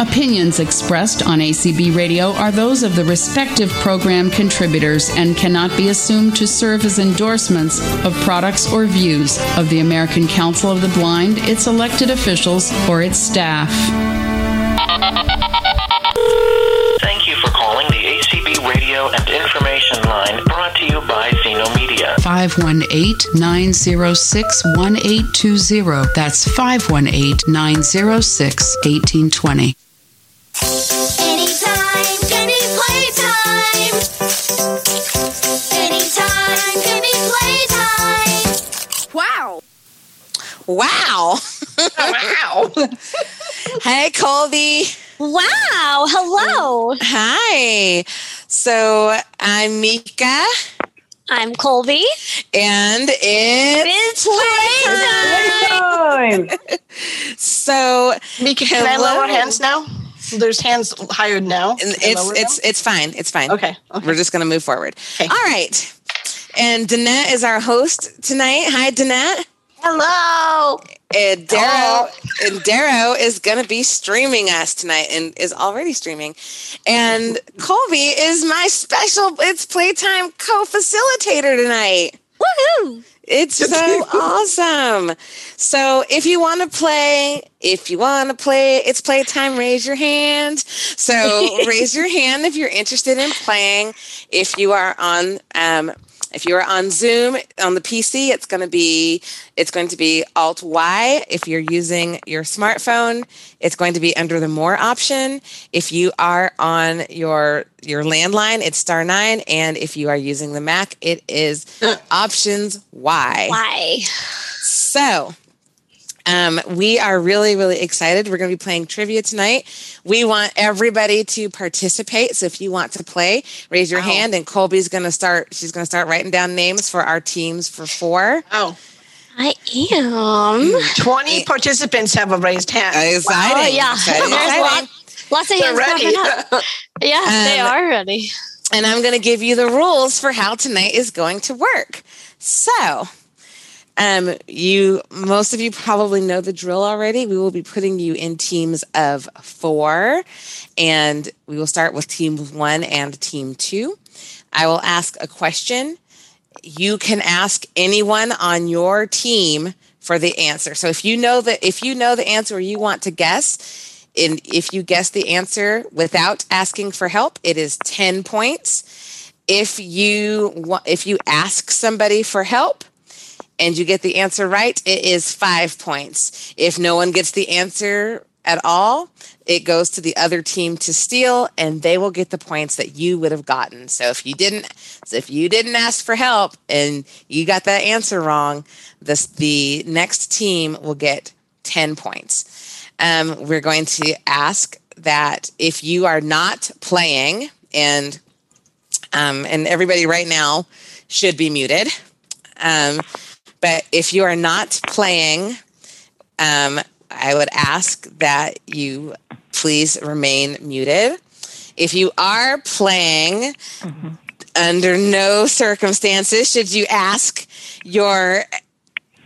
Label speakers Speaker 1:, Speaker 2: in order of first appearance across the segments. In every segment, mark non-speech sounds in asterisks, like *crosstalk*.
Speaker 1: opinions expressed on ACB Radio are those of the respective program contributors and cannot be assumed to serve as endorsements of products or views of the American Council of the Blind, its elected officials, or its staff.
Speaker 2: Thank you for calling the ACB Radio and Information Line brought to you by Xenomedia.
Speaker 1: 518 906 1820. That's 518 906 1820.
Speaker 3: Anytime, any playtime. Anytime, any playtime.
Speaker 4: Wow. Wow.
Speaker 5: Oh, Wow.
Speaker 4: *laughs* hey, Colby.
Speaker 6: Wow. Hello.
Speaker 4: Hi. So I'm Mika,
Speaker 6: I'm Colby.
Speaker 4: and it's
Speaker 6: It's playtime.
Speaker 5: Time.
Speaker 4: *laughs* so
Speaker 5: Mika, can I
Speaker 4: Hello.
Speaker 5: lower hands now? There's hands hired now. Can I
Speaker 4: it's
Speaker 5: lower
Speaker 4: it's
Speaker 5: them?
Speaker 4: it's fine. It's fine.
Speaker 5: okay. okay.
Speaker 4: We're just gonna move forward.
Speaker 5: Okay.
Speaker 4: All right. And Danette is our host tonight. Hi, Danette.
Speaker 6: Hello.
Speaker 4: And Darrow, and Darrow is going to be streaming us tonight and is already streaming. And Colby is my special It's Playtime co facilitator tonight.
Speaker 6: Woohoo.
Speaker 4: It's so awesome. So if you want to play, if you want to play, it's playtime, raise your hand. So
Speaker 6: *laughs*
Speaker 4: raise your hand if you're interested in playing. If you are on um if you are on Zoom on the PC, it's going to be it's going to be Alt Y. If you're using your smartphone, it's going to be under the More option. If you are on your your landline, it's star nine, and if you are using the Mac, it is options Y.
Speaker 6: Why?
Speaker 4: So, um, we are really, really excited. We're going to be playing trivia tonight. We want everybody to participate. So, if you want to play, raise your hand, and Colby's going to start. She's going to start writing down names for our teams for four. Hmm.
Speaker 5: Oh,
Speaker 6: I am.
Speaker 5: 20 participants have a raised hand.
Speaker 4: Exciting!
Speaker 6: Oh, yeah. *laughs*
Speaker 4: Exciting,
Speaker 6: There's
Speaker 4: exciting.
Speaker 6: lots, lots of
Speaker 5: They're
Speaker 6: hands
Speaker 5: ready.
Speaker 6: popping up.
Speaker 5: *laughs*
Speaker 6: Yes, they
Speaker 4: Um,
Speaker 6: are ready.
Speaker 4: and I'm going to give you the rules for how tonight is going to work. So, um, you most of you probably know the drill already. We will be putting you in teams of four, and we will start with team one and team two. I will ask a question. You can ask anyone on your team for the answer. So if you know that if you know the answer or you want to guess, and if you guess the answer without asking for help, it is 10 points. If you wa- if you ask somebody for help and you get the answer right, it is 5 points. If no one gets the answer at all, it goes to the other team to steal and they will get the points that you would have gotten. So if you didn't so if you didn't ask for help and you got that answer wrong, this the next team will get 10 points. Um, we're going to ask that if you are not playing and um, and everybody right now should be muted. Um, but if you are not playing, um, I would ask that you please remain muted. If you are playing, under no circumstances should you ask your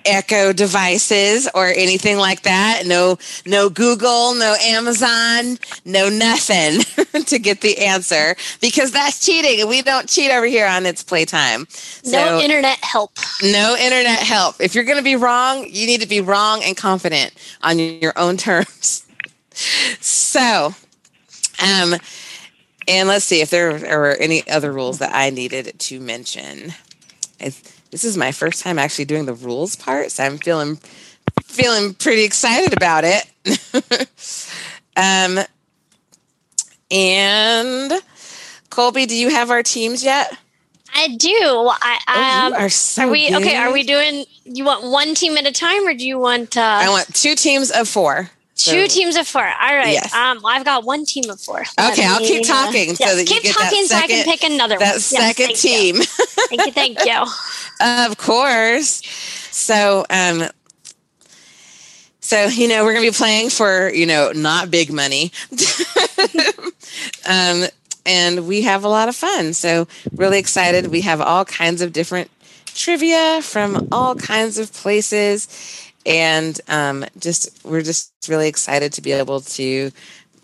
Speaker 4: echo devices or anything like that no no google no amazon no nothing *laughs* to get the answer because that's cheating and we don't cheat over here on it's playtime
Speaker 6: no internet help.
Speaker 4: no internet help. If you're going to be wrong, you need to be wrong and confident on your own terms. *laughs* So, um, and let's see if there are any other rules that I needed to mention. It's, this is my first time actually doing the rules part, so I'm feeling feeling pretty excited about it. *laughs* um, and Colby, do you have our *laughs* teams yet? Oh,
Speaker 6: I do. I, I,
Speaker 4: you
Speaker 6: um,
Speaker 4: are so
Speaker 6: are we okay? Are
Speaker 4: good.
Speaker 6: we doing? You want one team at a time, or do you want? Uh,
Speaker 4: I want two teams of four.
Speaker 6: Two teams of four. All right.
Speaker 4: Yes.
Speaker 6: Um, I've got one team of four. Let
Speaker 4: Okay, I'll keep
Speaker 6: me, uh,
Speaker 4: talking so
Speaker 6: yes,
Speaker 4: that you
Speaker 6: keep
Speaker 4: get that
Speaker 6: talking so I can
Speaker 4: second-
Speaker 6: pick another one.
Speaker 4: That
Speaker 6: Yes,
Speaker 4: second
Speaker 6: thank you.
Speaker 4: team,
Speaker 6: Thank you. Thank you.
Speaker 4: *laughs* of course. So, um, so you know we're gonna be playing for you know not big money, *laughs* um, and we have a lot of fun. So really excited. We have all kinds of different trivia from all kinds of places, and um, just we're just really excited to be able to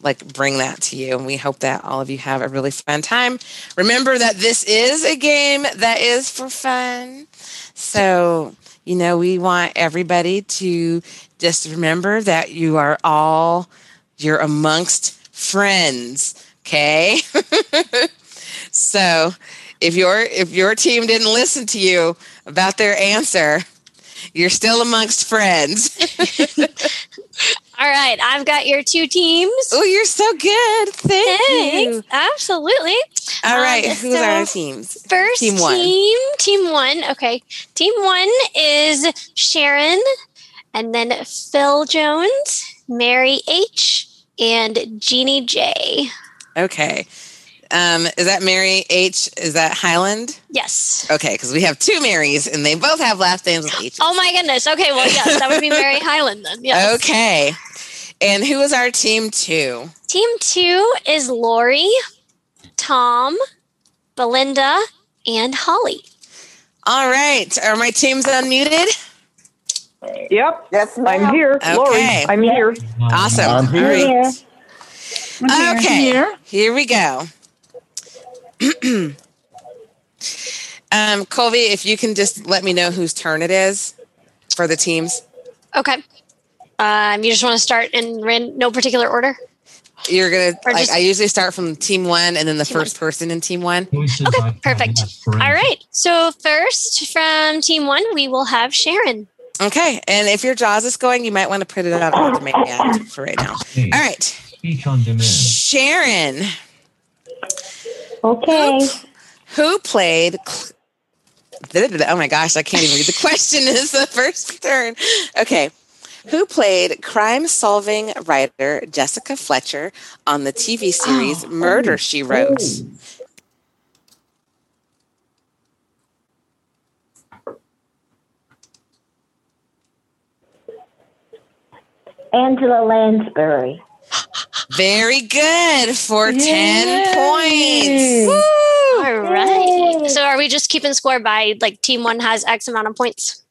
Speaker 4: like bring that to you. And we hope that all of you have a really fun time. Remember that this is a game that is for fun. So, you know, we want everybody to just remember that you are all, you're amongst friends. Okay. *laughs* so if your if your team didn't listen to you about their answer, you're still amongst
Speaker 6: *laughs*
Speaker 4: friends.
Speaker 6: All right, I've got your two teams.
Speaker 4: oh, you're so good. Thank you.
Speaker 6: Thanks. Absolutely.
Speaker 4: All right,
Speaker 6: Um,
Speaker 4: who's our
Speaker 6: so
Speaker 4: teams?
Speaker 6: First
Speaker 4: Team
Speaker 6: team,
Speaker 4: one.
Speaker 6: team one. Okay, team one is Sharon, and then Phil Jones, Mary H, and Jeannie J.
Speaker 4: Okay. Um, is that Mary H? Is that Highland?
Speaker 6: Yes.
Speaker 4: Okay, because we have two Marys and they both have last names with H.
Speaker 6: Oh my goodness. Okay. Well, yes, that would be
Speaker 4: *laughs*
Speaker 6: Mary Highland then. Yes.
Speaker 4: Okay. And who is our team two?
Speaker 6: Team two is Lori, Tom, Belinda, and Holly.
Speaker 4: All right. Are my teams unmuted?
Speaker 7: Yep.
Speaker 8: Yes, ma'am.
Speaker 7: I'm here. Lori,
Speaker 4: Okay.
Speaker 7: I'm here.
Speaker 4: Awesome.
Speaker 9: I'm
Speaker 4: All right.
Speaker 9: here.
Speaker 4: Okay. Here. we go. *clears throat* um, Colby, if you can just let me know whose turn it is for the teams.
Speaker 6: Okay. Um, you just want to start in ran- no particular order?
Speaker 4: You're gonna
Speaker 6: Or
Speaker 4: like
Speaker 6: just-
Speaker 4: I usually start from team one and then the
Speaker 6: Team
Speaker 4: first person in team one.
Speaker 6: Okay, perfect. All right. So first from team one, we will have Sharon.
Speaker 4: Okay. And if your jaws is going, you might want to put it out on automated for right now.
Speaker 9: All
Speaker 4: All right.
Speaker 9: Speech on demand.
Speaker 4: Sharon,
Speaker 7: Okay.
Speaker 4: who played Cl- Oh my gosh, I can't even read the question. *laughs* Is the first turn. Okay. Who played crime solving writer Jessica Fletcher on the
Speaker 6: Oh,
Speaker 4: TV series Murder She Wrote?
Speaker 7: Angela Lansbury.
Speaker 4: Very good for 10 points.
Speaker 6: All right. So are we just keeping score by like team one has X amount of points?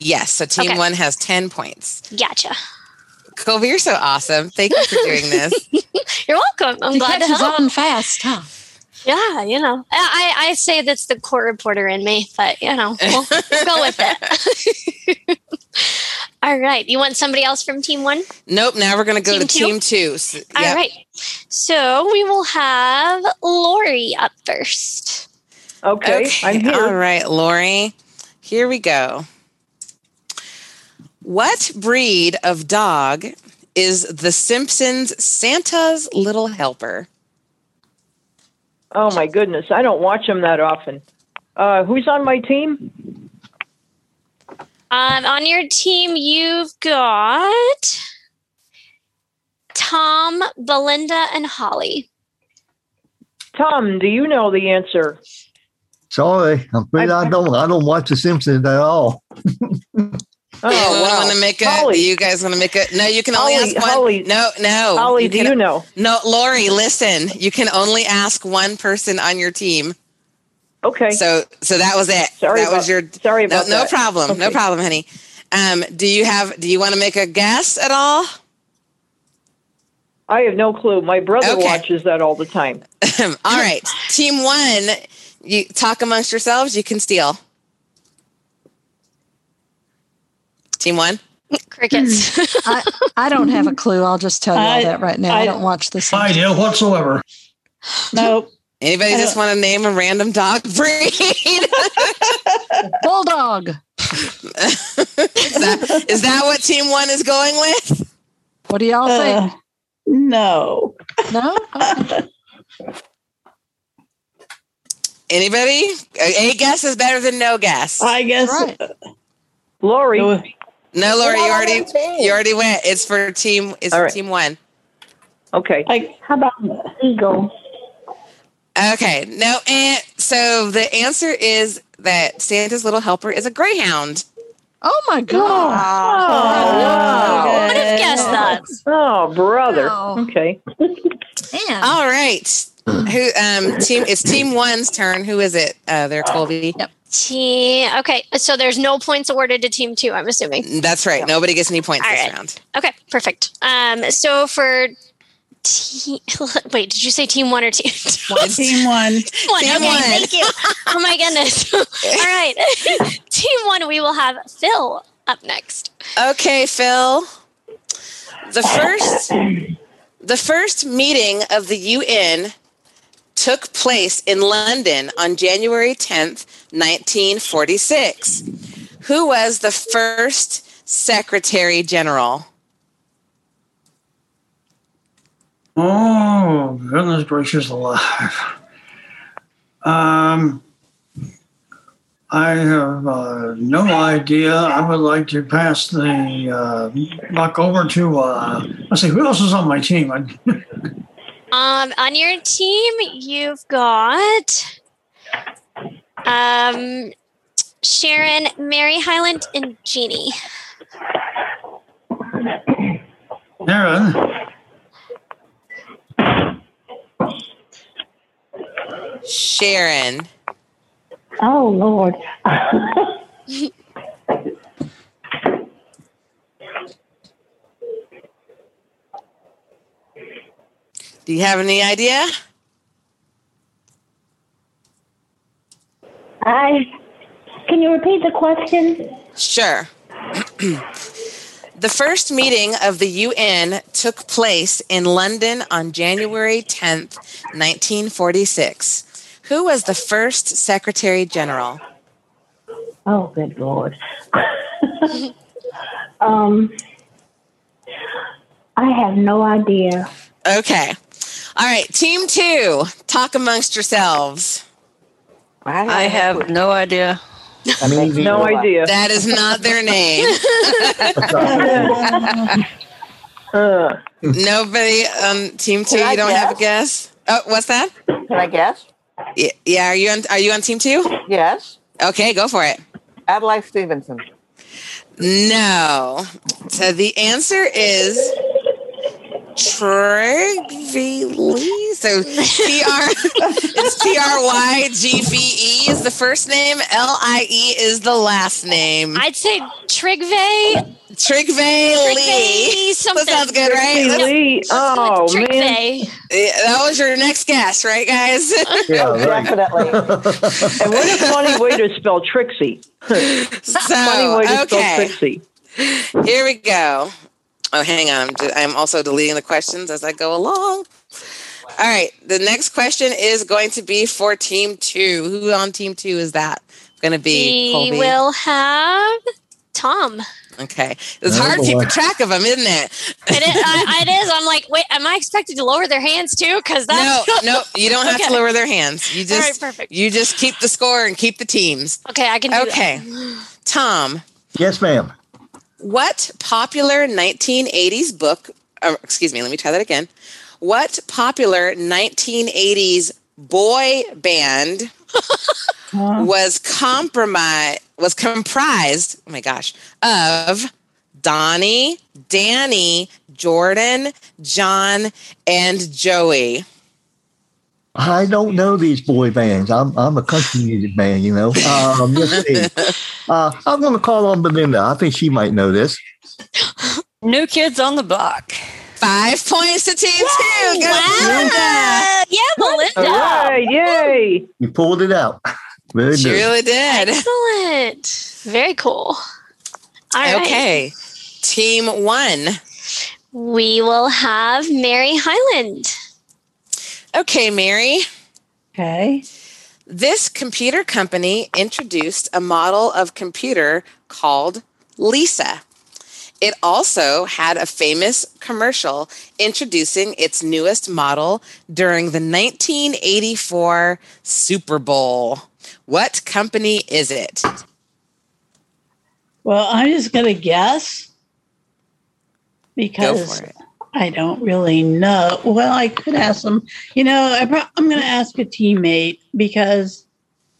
Speaker 4: Yes, so team
Speaker 6: Okay.
Speaker 4: one has 10 points.
Speaker 6: Gotcha.
Speaker 4: Colby, you're so awesome. Thank you for doing
Speaker 6: *laughs*
Speaker 4: this.
Speaker 6: You're welcome. I'm
Speaker 1: She
Speaker 6: glad to
Speaker 1: catches
Speaker 6: help.
Speaker 1: on fast, huh?
Speaker 6: Yeah, you know, I, I I say that's the court reporter in me, but you know, we'll, we'll go with it. *laughs* All right. You want somebody else from team one?
Speaker 4: nope, now we're going to go
Speaker 6: Team
Speaker 4: to
Speaker 6: two?
Speaker 4: team two. S-
Speaker 6: All
Speaker 4: yep.
Speaker 6: right. So we will have Lori up first.
Speaker 7: Okay. I'm here.
Speaker 4: All right, Lori. Here we go. What breed of dog is the Simpsons Santa's little helper?
Speaker 7: Oh my goodness, I don't watch them that often. Uh, who's on my team?
Speaker 6: Um, on your team, you've got Tom, Belinda, and Holly.
Speaker 7: Tom, do you know the answer?
Speaker 9: Sorry, I'm afraid I don't. I don't watch The Simpsons at all.
Speaker 7: Oh,
Speaker 4: you
Speaker 7: wow.
Speaker 4: want to make a?
Speaker 7: Holly.
Speaker 4: You guys want to make a? No, you can only
Speaker 7: Holly,
Speaker 4: ask one.
Speaker 7: Holly.
Speaker 4: no, no.
Speaker 7: Holly, do
Speaker 4: can-
Speaker 7: you know?
Speaker 4: No, Lori. Listen, you can only ask one person on your team.
Speaker 7: Okay.
Speaker 4: So, so that was it.
Speaker 7: sorry
Speaker 4: that
Speaker 7: about,
Speaker 4: was your.
Speaker 7: sorry
Speaker 4: No,
Speaker 7: about
Speaker 4: no
Speaker 7: that.
Speaker 4: problem. No
Speaker 7: Okay.
Speaker 4: problem, honey. Um, do you have? Do you want to make a guess at all?
Speaker 7: I have no clue. My brother
Speaker 4: Okay.
Speaker 7: watches that all the time.
Speaker 4: all right, team one. You talk amongst yourselves. You can steal. Team one.
Speaker 6: Crickets.
Speaker 10: Hmm. I, I don't *laughs* have a clue. I'll just tell you all that right now. I, don't watch this.
Speaker 9: Idea whatsoever.
Speaker 4: Anybody just
Speaker 10: Uh,
Speaker 4: want to name a random dog *laughs* breed?
Speaker 10: Bulldog.
Speaker 4: is, that, is that what team one is going with?
Speaker 10: What do y'all
Speaker 5: Uh, no.
Speaker 10: think? No?
Speaker 5: *laughs*
Speaker 10: Oh. Okay.
Speaker 4: Anybody? A a guess is better than no guess.
Speaker 5: I guess.
Speaker 10: Right.
Speaker 7: Lori,
Speaker 4: No, Lori, you
Speaker 8: You're on
Speaker 4: already
Speaker 8: the team.
Speaker 4: you already went. It's for team. It's
Speaker 7: All
Speaker 4: for
Speaker 7: right.
Speaker 4: team one.
Speaker 7: okay.
Speaker 5: How about eagle?
Speaker 4: Okay. No. And so the answer is that Santa's little helper is a greyhound.
Speaker 10: Oh my God.
Speaker 6: Oh, I would have guessed that.
Speaker 7: Oh, brother.
Speaker 10: No.
Speaker 7: Okay.
Speaker 10: Man.
Speaker 4: All right. Who? Um. Team. It's team one's turn. Who is it? Uh. There, Colby.
Speaker 6: Team. Okay. So there's no points awarded to team two, I'm assuming.
Speaker 4: That's right. Nobody gets any points
Speaker 6: All
Speaker 4: this
Speaker 6: right.
Speaker 4: round.
Speaker 6: Okay. Perfect. Um, so for Team, *laughs* wait, did you say team one or team *laughs* one?
Speaker 5: Team one.
Speaker 6: one.
Speaker 4: Team
Speaker 6: okay,
Speaker 4: one.
Speaker 6: thank you. Oh my goodness. *laughs* All right. team one, we will have Phil up next.
Speaker 4: Okay, Phil. The first the first meeting of the UN took place in London on January 10th, 1946. Who was the first Secretary General?
Speaker 8: Oh, goodness gracious alive. Um, I have uh, no idea. I would like to pass the uh, buck over to, uh, let's see, who else is on my team? I,
Speaker 6: Um, on your team, you've got um, Sharon, Mary Highland, and Jeannie.
Speaker 8: Aaron,
Speaker 4: Sharon.
Speaker 5: Oh,
Speaker 11: *laughs*
Speaker 5: Lord.
Speaker 4: Do you have any idea?
Speaker 5: I. Can you repeat the question?
Speaker 4: Sure. *clears throat* the first meeting of the UN took place in London on January 10th, 1946. Who was the first Secretary General?
Speaker 5: Oh, good Lord. um, I have no
Speaker 12: *laughs*
Speaker 5: idea.
Speaker 4: Okay. All right, team two, talk amongst yourselves.
Speaker 13: I have no idea.
Speaker 9: I mean,
Speaker 7: No idea.
Speaker 4: That is not their name.
Speaker 7: Uh,
Speaker 4: Nobody on team two,
Speaker 13: Can I
Speaker 4: you don't have a guess? Oh, what's that?
Speaker 13: Can I guess?
Speaker 4: Y- Yeah, are you on, are you on team two?
Speaker 13: Yes.
Speaker 4: Okay, go for it.
Speaker 13: Adlai Stevenson.
Speaker 4: No. So the answer is Trigvili. So T R *laughs* it's T R Y G V E is the first name. L I E is the last name.
Speaker 6: I'd say Trigve.
Speaker 4: Trigvili.
Speaker 6: Trigve something.
Speaker 4: That sounds good, right?
Speaker 7: Lee. Oh, man.
Speaker 6: Trigve.
Speaker 4: Yeah, That was your next guess, right, guys? *laughs*
Speaker 9: yeah,
Speaker 7: *laughs*
Speaker 9: right. *laughs*
Speaker 13: Definitely.
Speaker 7: And what a funny way to spell Trixie. funny
Speaker 4: So
Speaker 7: way to spell
Speaker 4: Oh, okay,
Speaker 7: Trixie.
Speaker 4: here we go. Oh, hang on. I'm, ju- I'm also deleting the questions as I go along. All right. The next question is going to be for Team Two. Who on Team Two is that going to be?
Speaker 6: We
Speaker 4: Colby?
Speaker 6: will have Tom.
Speaker 4: Okay. It's
Speaker 9: Oh,
Speaker 4: hard
Speaker 9: boy.
Speaker 4: keeping track of them, isn't it?
Speaker 6: It is, I, it is. I'm like, wait, am I expected to lower their hands too? Because
Speaker 4: No,
Speaker 6: *laughs* that's
Speaker 4: no. You don't have to
Speaker 6: Okay.
Speaker 4: lower their hands. You
Speaker 6: all
Speaker 4: just
Speaker 6: right. Perfect.
Speaker 4: you just keep the score and keep the teams.
Speaker 6: Okay, I can. Do
Speaker 4: Okay. Tom,
Speaker 9: Yes, ma'am.
Speaker 4: What popular 1980s book, uh, excuse me, let me try that again. What popular 1980s boy band was compromise was comprised, oh my gosh, of Donnie, Danny, Jordan, John, and Joey.
Speaker 9: I don't know these boy bands. I'm I'm a country music man, you know. Um, let's
Speaker 4: *laughs*
Speaker 9: see. Uh, I'm going to call on Belinda. I think she might know this.
Speaker 13: New Kids on the Block.
Speaker 4: Five points to team two. Go Linda.
Speaker 6: Wow. Yeah,
Speaker 7: All
Speaker 6: Belinda.
Speaker 7: right, yay.
Speaker 9: You pulled it out. *laughs* Very
Speaker 4: She
Speaker 9: good.
Speaker 4: really did.
Speaker 6: Excellent. Very cool. All right.
Speaker 4: Okay. Team one.
Speaker 6: We will have Mary Highland.
Speaker 4: Okay, Mary.
Speaker 10: Okay.
Speaker 4: This computer company introduced a model of computer called Lisa. It also had a famous commercial introducing its newest model during the 1984 Super Bowl. What company is it?
Speaker 5: Well, I'm just going to guess
Speaker 4: Go
Speaker 5: because
Speaker 4: for it.
Speaker 5: I don't really know. Well, I could ask them. You know, I pro- I'm going to ask a teammate because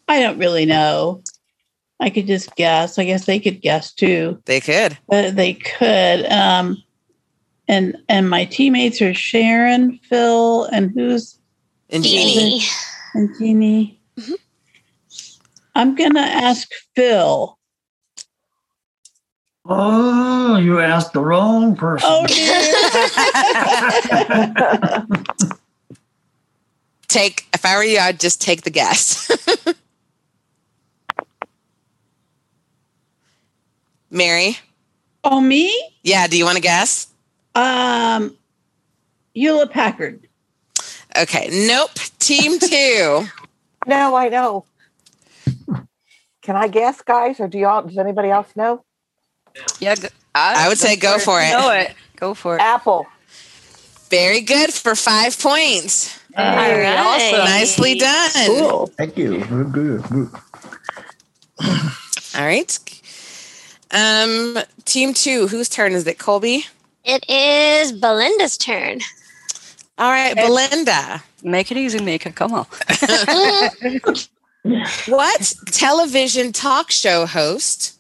Speaker 5: I don't really know. I could just guess. I guess they could guess too,
Speaker 4: They could.
Speaker 5: but they could. Um, and and my teammates are Sharon, Phil, and who's
Speaker 4: And Jeannie.
Speaker 6: Jeannie.
Speaker 5: and Jeannie.
Speaker 6: Mhm.
Speaker 5: I'm going to ask Phil.
Speaker 8: oh, you asked the wrong person.
Speaker 5: Oh, dear.
Speaker 4: *laughs* take if I were you, I'd just take the guess. *laughs* Mary.
Speaker 5: Oh, me?
Speaker 4: Yeah. Do you want to guess?
Speaker 5: Um, Eula Packard.
Speaker 4: Okay. Nope.
Speaker 7: *laughs*
Speaker 4: Team two.
Speaker 7: No, I know. Can I guess, guys, or do y'all? Does anybody else know?
Speaker 13: Yeah, g- I,
Speaker 4: I would say go for it.
Speaker 13: Know it. Go for it.
Speaker 7: Apple.
Speaker 4: Very good for five points.
Speaker 13: All
Speaker 4: Very
Speaker 13: right.
Speaker 4: awesome. Nicely done.
Speaker 9: Cool. Thank you. Good, good, good.
Speaker 4: All right. Um, team two, whose turn is it? Colby.
Speaker 6: It is Belinda's turn.
Speaker 4: All right, Belinda.
Speaker 13: Make it easy, Mika. Come on.
Speaker 4: *laughs* What television talk show host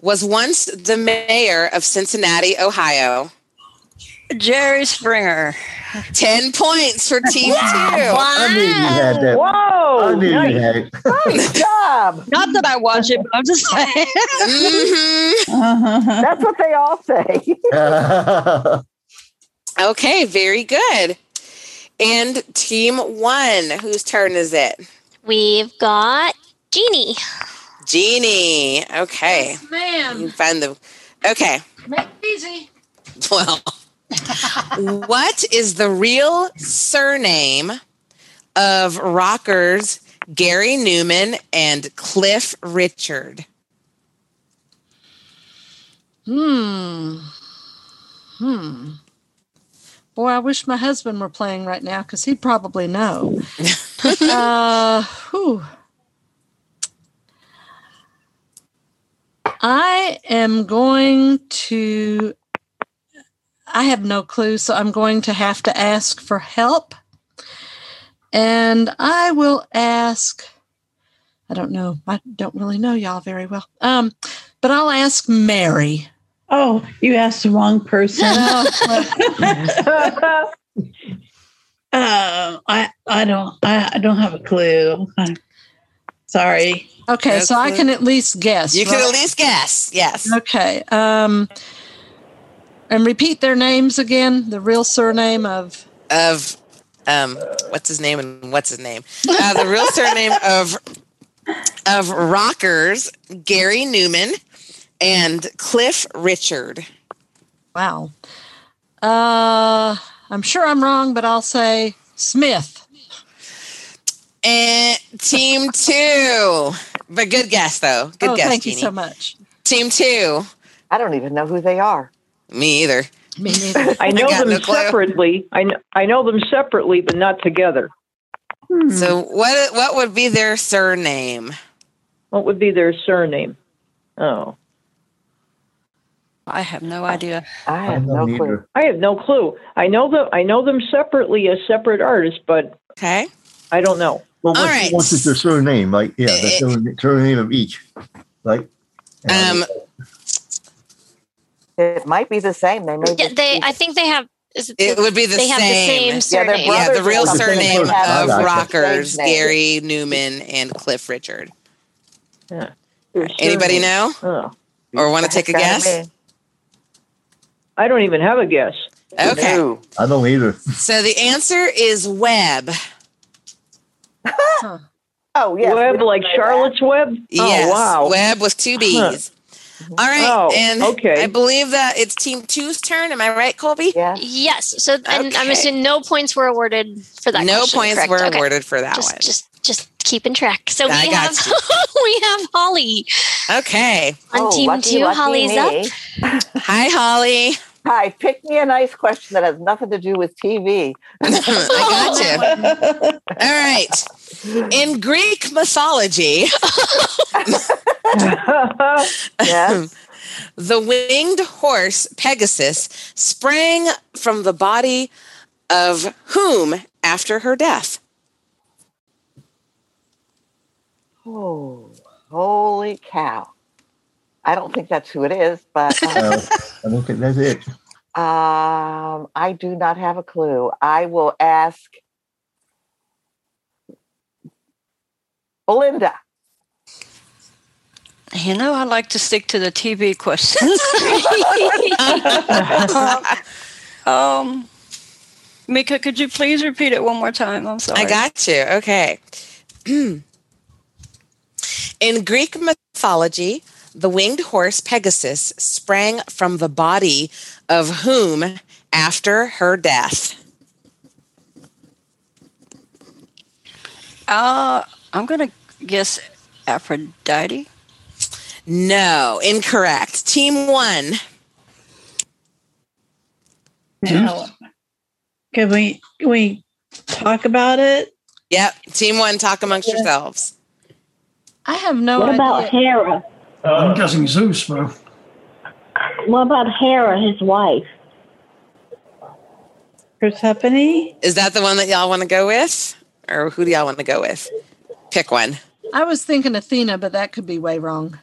Speaker 4: was once the mayor of Cincinnati, Ohio?
Speaker 13: Jerry Springer.
Speaker 4: 10 points for team
Speaker 9: I knew you had that.
Speaker 7: Whoa!
Speaker 9: I knew you had it.
Speaker 4: *laughs*
Speaker 7: Nice job.
Speaker 13: Not that I watch it, but I'm just saying. *laughs*
Speaker 4: Mm-hmm.
Speaker 7: That's what they all say.
Speaker 4: two. Okay, very good. And team one, whose turn is it?
Speaker 6: We've got Jeannie.
Speaker 4: Jeannie. Okay. You
Speaker 14: Ma'am,
Speaker 4: find the. Okay.
Speaker 14: make it easy.
Speaker 4: Well, what is the real surname of rockers Gary Newman and Cliff Richard?
Speaker 10: Hmm. Hmm. Boy, I wish my husband were playing right now because he'd probably know. uh, whew. I am going to. I have no clue, so I'm going to have to ask for help. And I will ask. I don't know. I don't really know y'all very well. Um, but I'll ask Mary.
Speaker 5: Oh, you asked the
Speaker 10: *laughs*
Speaker 5: wrong person. *laughs*
Speaker 10: No,
Speaker 5: Uh, I I don't I, I don't have a clue. I- Sorry.
Speaker 10: Okay, so I
Speaker 5: That's
Speaker 10: can
Speaker 5: it.
Speaker 10: at least guess.
Speaker 4: You can
Speaker 10: right?
Speaker 4: at least guess. Yes.
Speaker 10: Okay. Um, and repeat their names again. The real surname of
Speaker 4: Of um, what's his name and what's his name? Uh, the real surname of of rockers Gary Newman and Cliff Richard.
Speaker 10: wow. Uh, I'm sure I'm wrong, but I'll say Smith.
Speaker 4: And team two. But good guess though. Good
Speaker 10: oh,
Speaker 4: guess.
Speaker 10: thank you
Speaker 4: Jeannie.
Speaker 10: so much.
Speaker 4: Team two.
Speaker 7: I don't even know who they are.
Speaker 4: Me either.
Speaker 10: Me neither.
Speaker 4: I
Speaker 14: I know
Speaker 4: got
Speaker 14: them
Speaker 4: no clue.
Speaker 14: separately. I know, I know them separately, but not together. Hmm.
Speaker 4: So what what would be their surname?
Speaker 14: What would be their surname? Oh,
Speaker 13: I have no idea.
Speaker 7: I
Speaker 9: I
Speaker 7: have no
Speaker 9: don't
Speaker 7: clue.
Speaker 9: either.
Speaker 14: I have no clue. I know them. I know them separately as separate artists, but
Speaker 4: Okay.
Speaker 14: I don't know.
Speaker 9: Well,
Speaker 4: All
Speaker 9: what's,
Speaker 4: right. Eh.
Speaker 9: what's is their surname? Like, yeah, the surname, surname of each. Like,
Speaker 4: Um
Speaker 7: It might be the same. They may.
Speaker 6: Yeah,
Speaker 7: just
Speaker 6: they.
Speaker 7: be-
Speaker 6: I think they have. is it-
Speaker 4: it would be the
Speaker 6: they have
Speaker 4: same.
Speaker 6: the same
Speaker 7: Yeah, they're
Speaker 6: surname.
Speaker 7: brothers.
Speaker 4: yeah, the real
Speaker 7: Brothers.
Speaker 4: surname
Speaker 9: They have
Speaker 4: of
Speaker 9: the same
Speaker 4: rockers,
Speaker 7: name.
Speaker 4: Gary Newman and Cliff Richard.
Speaker 14: Their
Speaker 4: Anybody
Speaker 14: surname.
Speaker 4: know
Speaker 14: Oh,
Speaker 4: or want to take a
Speaker 7: That's
Speaker 4: guess?
Speaker 7: gotta be.
Speaker 14: I don't even have a guess.
Speaker 4: Okay.
Speaker 7: No.
Speaker 9: I don't either.
Speaker 4: So the answer is
Speaker 14: *laughs*
Speaker 4: Webb.
Speaker 7: Oh yeah.
Speaker 14: web like Charlotte's Web.
Speaker 4: yes.
Speaker 14: Oh wow.
Speaker 4: Webb with two
Speaker 14: Huh.
Speaker 4: B's. All right.
Speaker 14: Oh,
Speaker 4: and
Speaker 14: okay.
Speaker 4: I believe that it's team two's turn. Am I right, Colby?
Speaker 7: Yeah.
Speaker 6: Yes. So and I'm
Speaker 4: Okay.
Speaker 6: assuming no points were awarded for that.
Speaker 4: no
Speaker 6: question,
Speaker 4: points
Speaker 6: correct?
Speaker 4: were
Speaker 6: Okay.
Speaker 4: awarded for that
Speaker 6: Just,
Speaker 4: one.
Speaker 6: just, just keeping track. So we
Speaker 4: I got
Speaker 6: have *laughs* we have Holly
Speaker 4: Okay.
Speaker 6: on
Speaker 7: Oh,
Speaker 6: team
Speaker 7: lucky,
Speaker 6: two.
Speaker 7: lucky
Speaker 6: Holly's
Speaker 7: me.
Speaker 6: up.
Speaker 4: Hi, Holly.
Speaker 7: Hi, pick me a nice question that has nothing to do with
Speaker 4: *laughs*
Speaker 7: TV.
Speaker 4: I got you.
Speaker 7: *laughs*
Speaker 4: All right. In Greek *laughs* mythology,
Speaker 7: Yes.
Speaker 4: the winged horse Pegasus sprang from the body of whom after her death? *clears throat*
Speaker 7: oh, holy cow! I don't think that's who it is,
Speaker 4: *laughs*
Speaker 7: but um,
Speaker 9: Uh, I don't think that's it.
Speaker 7: um, I do not have a clue. I will ask Belinda.
Speaker 13: You know, I
Speaker 4: *laughs*
Speaker 13: like to stick to the TV questions. *laughs* Um, Mika, could you please repeat it one more time? I'm sorry.
Speaker 4: I got you. Okay. In Greek mythology, the winged horse Pegasus sprang from the body of whom after her death?
Speaker 13: Uh, I'm going to guess Aphrodite.
Speaker 4: No, incorrect. Team one.
Speaker 5: Now, can we can we talk about it?
Speaker 4: Yep. Team one, talk amongst yourselves.
Speaker 10: I have no
Speaker 15: What
Speaker 10: idea.
Speaker 15: about Hera?
Speaker 8: I'm guessing Zeus, bro.
Speaker 15: What about Hera, his wife?
Speaker 5: Persephone?
Speaker 4: Is that the one that y'all want to go with? Or who do y'all want to go with? Pick one. *laughs*
Speaker 10: I was thinking Athena, but that could be way wrong.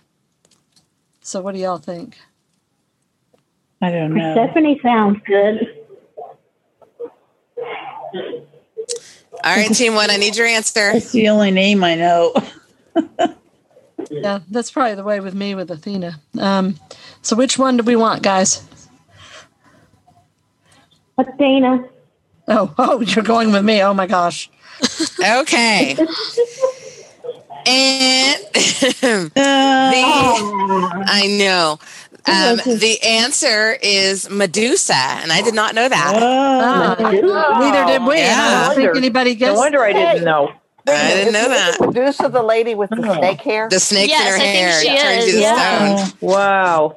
Speaker 10: So what do y'all think?
Speaker 5: I don't
Speaker 15: Persephone sounds good.
Speaker 4: All right, team one, I need your answer.
Speaker 5: It's the only name I know.
Speaker 10: Yeah, that's probably the way with me with Athena. Um, so which one do we want, guys?
Speaker 15: Athena.
Speaker 10: Oh, oh, you're going with me. Oh my gosh.
Speaker 4: Okay. and the, I know. Um, the answer is Medusa, and I did not know that.
Speaker 10: Ah. Neither did we. and I
Speaker 4: Yeah.
Speaker 10: don't think anybody guessed.
Speaker 4: know. I didn't know that.
Speaker 7: Medusa, the lady with the snake hair.
Speaker 4: The snake in her hair turns you to stone. Wow.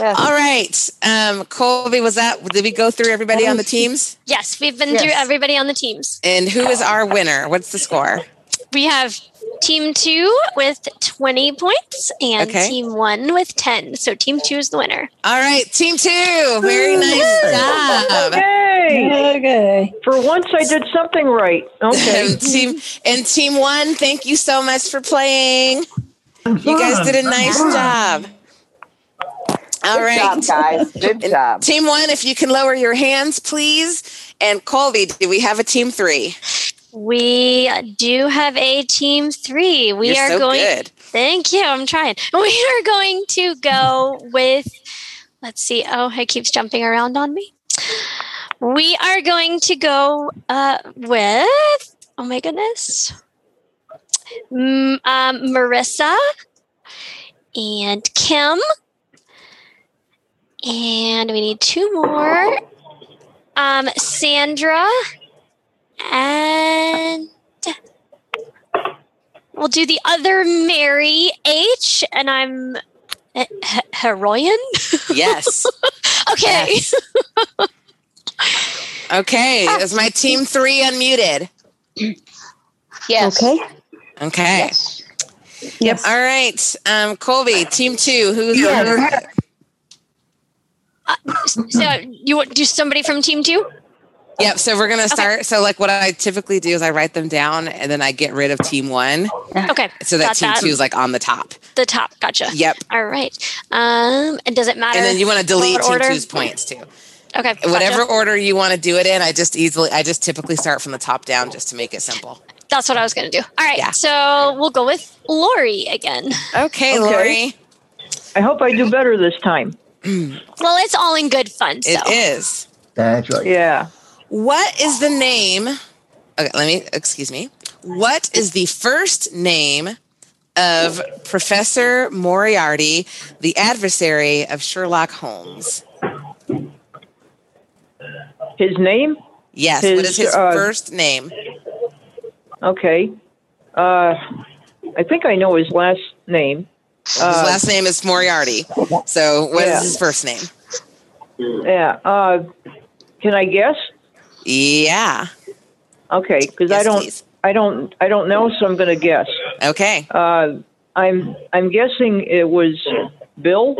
Speaker 4: All right. Um, Colby, was that? Did we go through everybody on the teams?
Speaker 6: Yes, we've been through
Speaker 4: Yes.
Speaker 6: everybody on the teams.
Speaker 4: And who is our winner? What's the score?
Speaker 6: We have team two with 20 points and
Speaker 4: Okay.
Speaker 6: team one with 10. So team two is the winner.
Speaker 4: All right, team two. Very nice job.
Speaker 14: Okay.
Speaker 5: Okay.
Speaker 14: For once, I did something right. Okay.
Speaker 4: *laughs* And team and team one, thank you so much for playing. You guys did a nice job. All
Speaker 7: Good
Speaker 4: right,
Speaker 7: job, guys. Good job.
Speaker 4: Team one, if you can lower your hands, please. And Colby, do we have a team three?
Speaker 6: We do have a team three. We
Speaker 4: You're
Speaker 6: are
Speaker 4: so
Speaker 6: going.
Speaker 4: good.
Speaker 6: Thank you. I'm trying. *laughs* We are going to go with. Let's see. Oh, it keeps jumping around on me. We are going to go uh, with. Oh my goodness. Mm, um, Marissa and Kim. And we need two more. Um, Sandra and we'll do the other Mary H. And I'm eh, he- heroin.
Speaker 4: Yes.
Speaker 6: *laughs* okay.
Speaker 4: Okay, is my team three unmuted?
Speaker 16: Yes.
Speaker 15: Okay.
Speaker 4: Okay. Yep. All right, um, Colby, team two. Who's
Speaker 15: Yes.
Speaker 6: Uh, So you want do somebody from team two?
Speaker 4: Yep. So we're gonna start. So like what I typically do is I write them down and then I get rid of team one.
Speaker 6: Okay.
Speaker 4: So that
Speaker 6: got
Speaker 4: team two is like on the top.
Speaker 6: the top. Gotcha.
Speaker 4: Yep.
Speaker 6: All right. Um, and does it matter?
Speaker 4: And then you want to delete
Speaker 6: what
Speaker 4: team
Speaker 6: order?
Speaker 4: two's points too.
Speaker 6: Okay.
Speaker 4: Whatever
Speaker 6: gotcha.
Speaker 4: order you want to do it in, I just easily I just typically start from the top down just to make it simple.
Speaker 6: That's what I was gonna do. All right. So we'll go with Lori again.
Speaker 4: Okay, Lori.
Speaker 14: I hope I do better this
Speaker 4: *clears throat*
Speaker 14: time.
Speaker 6: Well, it's all in good fun. So
Speaker 4: It is.
Speaker 9: That's right.
Speaker 14: Yeah.
Speaker 4: What is the name? Okay, let me excuse me. What is the first name of Professor Moriarty, the adversary of Sherlock Holmes?
Speaker 14: His name?
Speaker 4: *laughs* Yes. what is his
Speaker 14: uh,
Speaker 4: first name?
Speaker 14: Okay. Uh, I think I know his last name. Uh,
Speaker 4: His last name is Moriarty.
Speaker 16: *laughs*
Speaker 4: So what is
Speaker 14: yeah.
Speaker 4: his first name?
Speaker 14: Yeah. Uh, can I guess?
Speaker 4: Yeah.
Speaker 14: Okay, because I don't, I don't, I don't know, so I'm going to guess.
Speaker 4: Okay.
Speaker 14: Uh, I'm, I'm guessing it was Bill.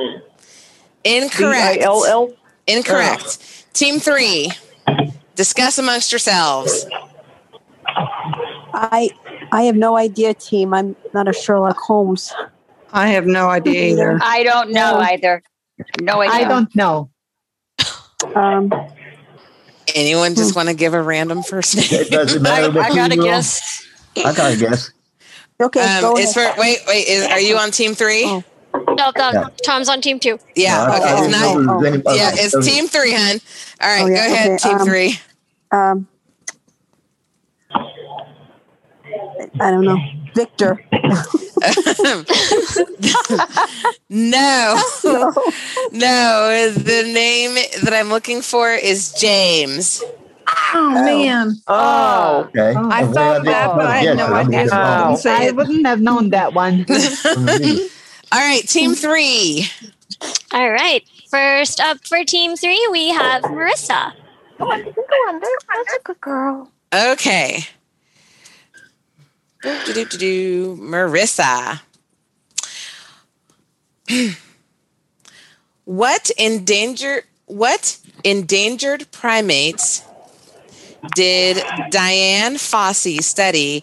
Speaker 4: Incorrect.
Speaker 14: B-I-L-L?
Speaker 4: Incorrect. Team three, discuss amongst yourselves.
Speaker 16: I I have no idea, team. I'm not a Sherlock Holmes.
Speaker 17: I have no idea either.
Speaker 13: *laughs* I don't know either. No idea.
Speaker 17: I don't know.
Speaker 16: Um, hmm.
Speaker 4: Anyone just want to give a random first name? *laughs* It
Speaker 9: doesn't matter I- what I team gotta you're on. guess. I got to guess.
Speaker 16: Okay,
Speaker 4: um,
Speaker 16: go
Speaker 4: it's
Speaker 16: ahead. Oh.
Speaker 4: for wait, wait. Is, are you on team three?
Speaker 6: No, no,
Speaker 9: Yeah.
Speaker 6: Tom's on team two.
Speaker 4: Yeah.
Speaker 9: I- I
Speaker 4: okay.
Speaker 9: didn't
Speaker 4: it's
Speaker 9: know
Speaker 4: not-
Speaker 9: there was anybody
Speaker 4: yeah.
Speaker 9: else.
Speaker 4: It's
Speaker 9: Okay.
Speaker 4: team three, hun. All right.
Speaker 16: Oh, yeah,
Speaker 4: Go ahead,
Speaker 16: okay,
Speaker 4: team
Speaker 16: um,
Speaker 4: three.
Speaker 16: Um, I don't know. Victor.
Speaker 4: no.
Speaker 17: *laughs*
Speaker 4: *laughs* no. The name that I'm looking for is James.
Speaker 17: Oh, man.
Speaker 4: Oh.
Speaker 9: Okay.
Speaker 17: I
Speaker 9: Okay,
Speaker 17: thought
Speaker 9: did
Speaker 17: that, but I
Speaker 9: guess um,
Speaker 17: had no
Speaker 9: it. I'm
Speaker 17: idea.
Speaker 9: just wrong.
Speaker 17: I wouldn't have known that one.
Speaker 4: All right,
Speaker 7: Mm.
Speaker 4: team three.
Speaker 6: All right. First up for team three, we have Marissa.
Speaker 7: Go on, go on there. That's a good girl.
Speaker 4: Okay. Do-do-do-do-do. Marissa. *clears throat* what endangered what endangered primates did Diane Fossey study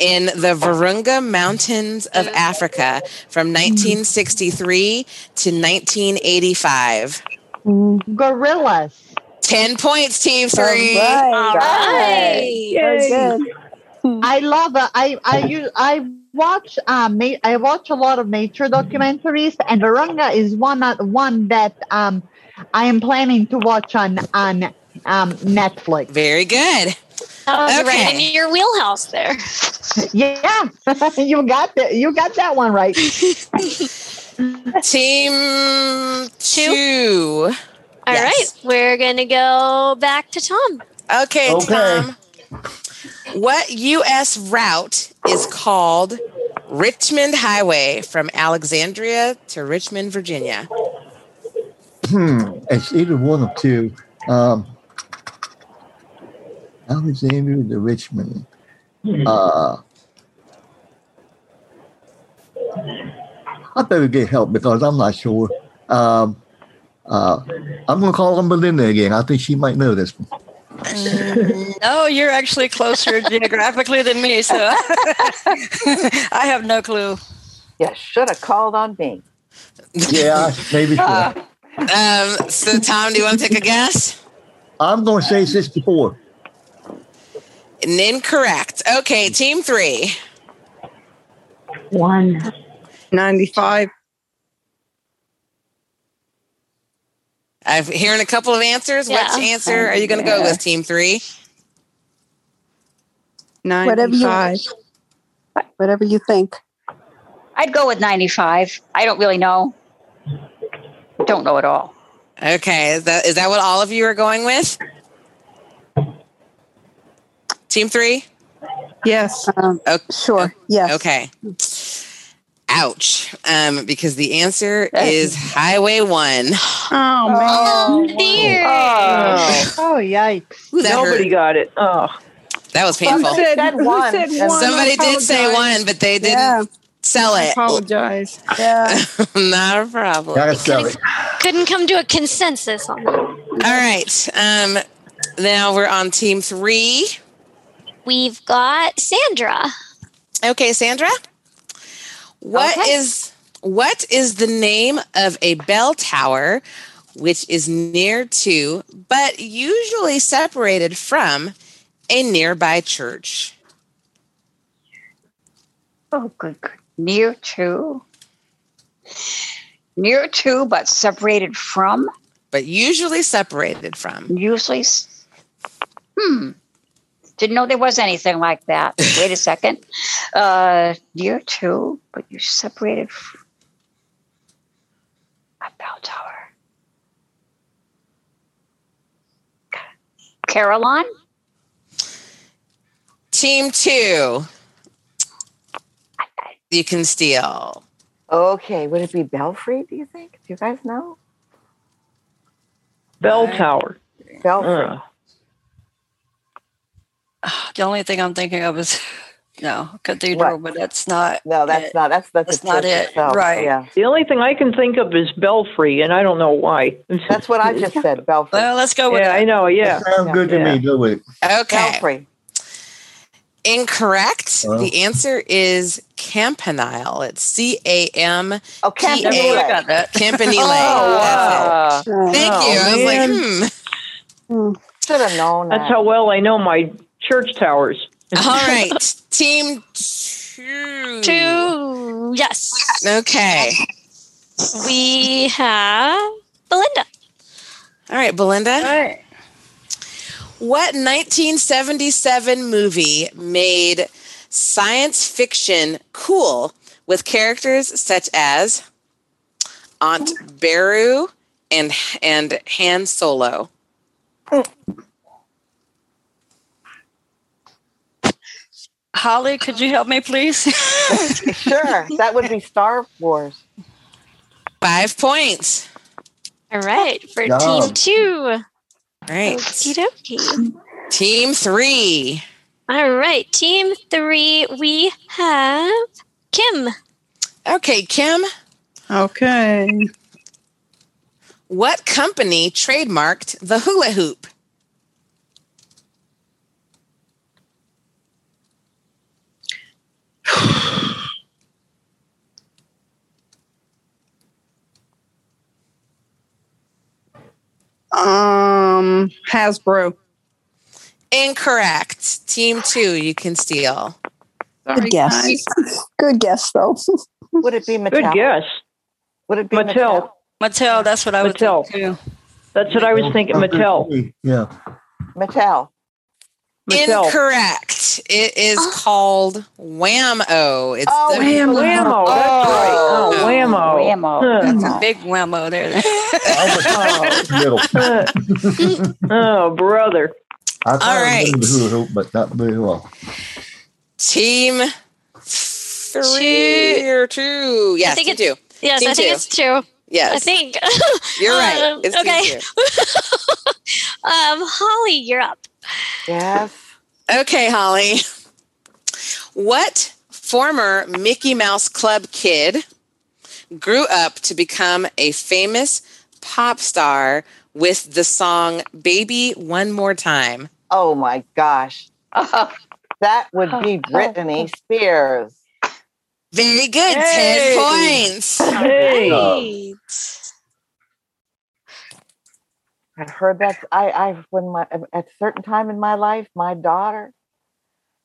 Speaker 4: in the Virunga Mountains of Africa from 1963 to 1985?
Speaker 17: Gorillas.
Speaker 4: 10 points, team
Speaker 17: All
Speaker 4: three.
Speaker 17: right. All
Speaker 6: right.
Speaker 17: Very
Speaker 16: good.
Speaker 17: I love it. I I use I watch uh, ma- I watch a lot of nature documentaries, and Virunga is one uh, one that um I am planning to watch on on um Netflix.
Speaker 4: Very good.
Speaker 6: That was Oh, right
Speaker 4: Okay.
Speaker 6: in your wheelhouse there.
Speaker 17: Yeah, *laughs* you got that. You got that one right.
Speaker 4: Team Mm, two.
Speaker 6: All right, We're going to go back to Tom.
Speaker 4: Okay, Tom. um, What U.S. route is called Richmond Highway from Alexandria to Richmond, Virginia?
Speaker 9: Hmm. It's either one of two. Um, Alexandria the Richmond. Uh, I better get help because I'm not sure. Um, uh, I'm going to call on Belinda again. I think she might know this
Speaker 17: *laughs*
Speaker 9: one.
Speaker 13: No, you're
Speaker 14: *laughs*
Speaker 13: actually closer geographically than me, so *laughs* I have no clue.
Speaker 7: You should have called on me. Uh,
Speaker 9: Yeah, maybe.
Speaker 17: Uh.
Speaker 9: so.
Speaker 4: Um, so, Tom, do you want to take a guess?
Speaker 9: I'm going to say 64.
Speaker 4: *laughs* Incorrect. Okay, team three.
Speaker 17: One. 95.
Speaker 4: I'm hearing a couple of answers. Which
Speaker 17: Yeah.
Speaker 4: answer are you going to go
Speaker 17: Yeah.
Speaker 4: with, team three?
Speaker 16: Whatever you,
Speaker 11: 95.
Speaker 16: whatever you think.
Speaker 11: I'd go with 95. I don't really know. Don't know at all.
Speaker 4: Okay, is that is that what all of you are going with? Team three.
Speaker 16: Yes. Um, sure. Yes.
Speaker 4: Okay. Ouch. Um, because the answer is Highway One.
Speaker 17: Oh man. Oh,
Speaker 6: dear.
Speaker 17: Oh, yikes.
Speaker 4: Ooh, that
Speaker 14: Nobody
Speaker 4: hurt.
Speaker 14: got it. Oh.
Speaker 4: That was painful.
Speaker 14: Who said- who One. said one?
Speaker 4: Somebody
Speaker 14: I
Speaker 4: did say
Speaker 14: apologize.
Speaker 4: one, but they didn't sell
Speaker 14: I
Speaker 4: it. *laughs*
Speaker 14: apologize.
Speaker 16: Yeah.
Speaker 4: *laughs* Not a problem.
Speaker 9: Gotta sell it.
Speaker 6: Couldn't come to a consensus on that.
Speaker 4: All right. Um, now we're on team three.
Speaker 6: We've got Sandra.
Speaker 4: Okay, Sandra. What is what is the name of a bell tower which is near to but usually separated from a nearby church?
Speaker 11: Oh, good. good. Near to. Near to, but separated from.
Speaker 4: But usually separated from.
Speaker 11: Usually. s- Hmm. Didn't know there was anything like that.
Speaker 4: *laughs*
Speaker 11: Wait a second. Uh, near to, but you separated. F- a bell tower. Carillon?
Speaker 4: Team two. You can steal.
Speaker 7: Okay, would it be Belfry, do you think? Do you guys know?
Speaker 14: Bell Tower.
Speaker 7: Belfry.
Speaker 14: Ugh.
Speaker 13: The only thing I'm thinking of is no cathedral, but that's not.
Speaker 7: No, that's
Speaker 13: it.
Speaker 7: not. That's the
Speaker 13: That's not
Speaker 7: church
Speaker 13: it,
Speaker 7: itself,
Speaker 13: right?
Speaker 7: Yeah.
Speaker 14: The only thing I can think of is Belfry, and I don't know why. *laughs*
Speaker 7: That's what I just said, Belfry.
Speaker 13: Well, let's go with
Speaker 14: yeah,
Speaker 13: that.
Speaker 14: I know. Yeah.
Speaker 9: Sounds good to me. Go with it.
Speaker 4: Okay.
Speaker 7: Belfry.
Speaker 4: Incorrect.
Speaker 9: Oh.
Speaker 4: The answer is Campanile. It's C A M
Speaker 7: Oh,
Speaker 4: P
Speaker 13: Campanile. I
Speaker 4: A
Speaker 13: got that.
Speaker 4: Campanile.
Speaker 7: *laughs* Oh, wow.
Speaker 4: That's it. Thank
Speaker 14: Oh,
Speaker 4: you. I was like, hmm.
Speaker 7: Should have known
Speaker 14: That's
Speaker 7: that.
Speaker 14: how well I know my church towers. *laughs*
Speaker 4: All right, team two.
Speaker 6: Two. Yes.
Speaker 4: Okay.
Speaker 6: We have Belinda.
Speaker 4: All right, Belinda. All right. What 1977 movie made science fiction cool with characters such as Aunt Beru and and Han Solo?
Speaker 13: Holly, could you help me, please?
Speaker 7: *laughs* sure. That would be Star Wars.
Speaker 4: Five points.
Speaker 6: All right, for
Speaker 7: Good
Speaker 6: team
Speaker 7: job.
Speaker 6: two.
Speaker 4: All right.
Speaker 6: Okey-dokey.
Speaker 4: Team three.
Speaker 6: All right, team three, we have Kim.
Speaker 4: Okay, Kim.
Speaker 5: Okay.
Speaker 4: What company trademarked the hula hoop?
Speaker 5: Um, Hasbro.
Speaker 4: Incorrect. Team two, you can steal.
Speaker 16: Good guess. Good guess, though.
Speaker 7: Would it be
Speaker 14: Good guess.
Speaker 7: Would it be
Speaker 14: Mattel?
Speaker 13: Mattel, that's what I
Speaker 14: would Mattel.
Speaker 13: think too.
Speaker 14: That's what I was thinking, Mattel.
Speaker 9: Yeah.
Speaker 7: Mattel.
Speaker 14: Mattel.
Speaker 4: Incorrect. It is
Speaker 6: Oh.
Speaker 4: called Whammo. It's
Speaker 13: Oh,
Speaker 4: W-
Speaker 13: Whammo. Whammo, that's right. Oh,
Speaker 14: Whammo. Whammo.
Speaker 6: Hmm.
Speaker 13: That's a
Speaker 14: Huh.
Speaker 13: big whammo there.
Speaker 9: Middle.
Speaker 13: *laughs*
Speaker 14: *laughs* Uh, oh, brother.
Speaker 9: I
Speaker 4: All
Speaker 9: tried to do it, but not very well.
Speaker 4: Team three or two. Yes,
Speaker 6: I think
Speaker 4: team
Speaker 6: it's,
Speaker 4: two.
Speaker 6: Yes,
Speaker 4: Team
Speaker 6: I think
Speaker 4: two.
Speaker 6: it's two.
Speaker 4: Yes.
Speaker 6: I think.
Speaker 4: *laughs*
Speaker 6: *laughs*
Speaker 4: You're right.
Speaker 6: Um,
Speaker 4: It's team
Speaker 6: okay. *laughs* um, Holly, you're up.
Speaker 7: Yes.
Speaker 4: Okay, Holly. What former Mickey Mouse Club kid grew up to become a famous pop star with the song Baby One More Time?
Speaker 7: Oh my
Speaker 4: *laughs*
Speaker 7: gosh. That would be Britney Spears.
Speaker 4: Very good.
Speaker 7: Hey.
Speaker 4: 10 points.
Speaker 7: Hey.
Speaker 6: Right.
Speaker 7: I've heard that. I, I, when my, at a certain time in my life, my daughter,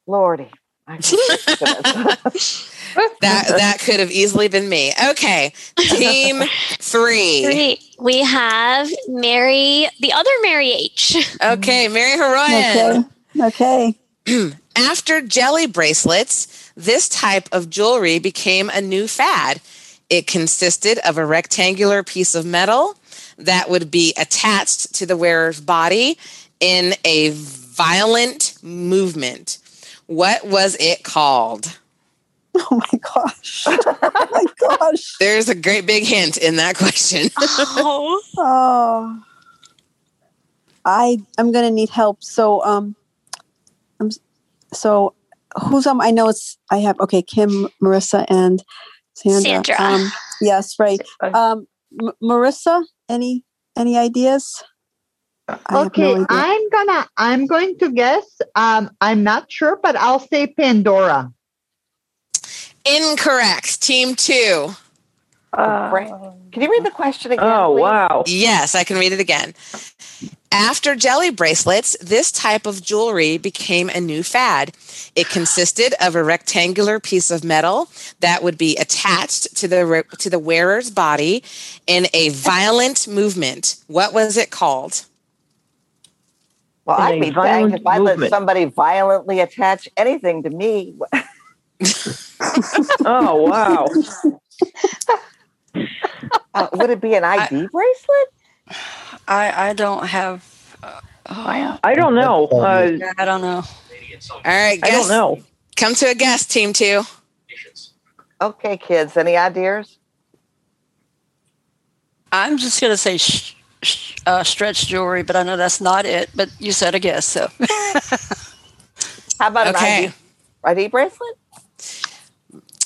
Speaker 7: Lordy, I
Speaker 4: *laughs* That that could have easily been me. Okay.
Speaker 7: *laughs*
Speaker 4: Team
Speaker 6: Three. We have Mary, the other Mary H. *laughs*
Speaker 4: Okay, Mary Heroyan. Okay. After jelly bracelets, this type of jewelry became a new fad. It consisted of a rectangular piece of metal that would be attached to the wearer's body in a violent movement. What was it *laughs* called? *laughs* Oh my gosh. There's a great big hint in that question.
Speaker 6: Oh.
Speaker 16: oh. I I'm gonna need help. So um, I'm s- so who's um? I know it's I have okay. Kim, Marissa, and Sandra.
Speaker 6: Sandra.
Speaker 16: Um, yes, right.
Speaker 18: *laughs*
Speaker 16: Um, M- Marissa, any any ideas? I have no
Speaker 17: okay,
Speaker 16: idea.
Speaker 17: I'm gonna I'm going to guess. Um, I'm not sure, but I'll say Pandora.
Speaker 4: *laughs* Incorrect. Team two. Uh,
Speaker 7: Can you read the question again?
Speaker 4: Oh,
Speaker 7: please?
Speaker 4: wow. Yes, I can read it again. After jelly bracelets, this type of jewelry became a new fad. It consisted of a rectangular piece of metal that would be attached to the re- to the wearer's body in a violent movement. What was it called?
Speaker 7: Well,
Speaker 4: In
Speaker 7: I'd
Speaker 4: a
Speaker 7: be dang
Speaker 4: violent
Speaker 7: if I let
Speaker 4: movement.
Speaker 7: somebody violently attach anything to
Speaker 4: *laughs*
Speaker 7: me.
Speaker 14: oh,
Speaker 11: *laughs*
Speaker 14: wow.
Speaker 7: Uh, would it be an ID bracelet?
Speaker 13: I, I don't have.
Speaker 7: uh, oh.
Speaker 14: I don't know. Uh,
Speaker 13: Yeah, I don't know.
Speaker 4: All right,
Speaker 14: I don't
Speaker 4: guess.
Speaker 14: know.
Speaker 4: Come to a guess, team two.
Speaker 7: Okay, kids, any ideas?
Speaker 13: I'm just going to say sh- sh- uh, stretch jewelry, but I know that's not it. But you said a guess, so.
Speaker 7: *laughs* How about
Speaker 4: Okay.
Speaker 7: an ID, ID bracelet?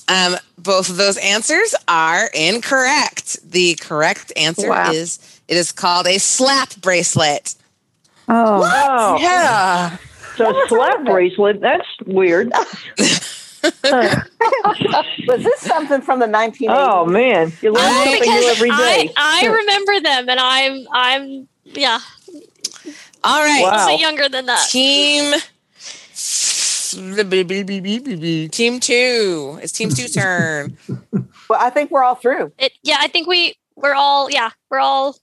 Speaker 4: Um, both of those answers are incorrect. The correct answer
Speaker 7: Wow.
Speaker 4: is it is called a slap bracelet.
Speaker 16: Oh,
Speaker 14: Wow.
Speaker 13: Yeah.
Speaker 14: So slap bracelet, that's
Speaker 7: *laughs*
Speaker 14: weird. *laughs*
Speaker 7: Was this something from the 1980s?
Speaker 14: Oh man, you learn
Speaker 7: Oh,
Speaker 14: something
Speaker 7: because
Speaker 14: new every
Speaker 6: I
Speaker 14: day.
Speaker 6: I remember them, and I'm I'm yeah.
Speaker 4: All right.
Speaker 6: I'm also younger than that.
Speaker 4: Team Team two. It's team two's turn.
Speaker 7: *laughs* Well, I think we're all through.
Speaker 6: It, yeah, I think we we're all yeah we're all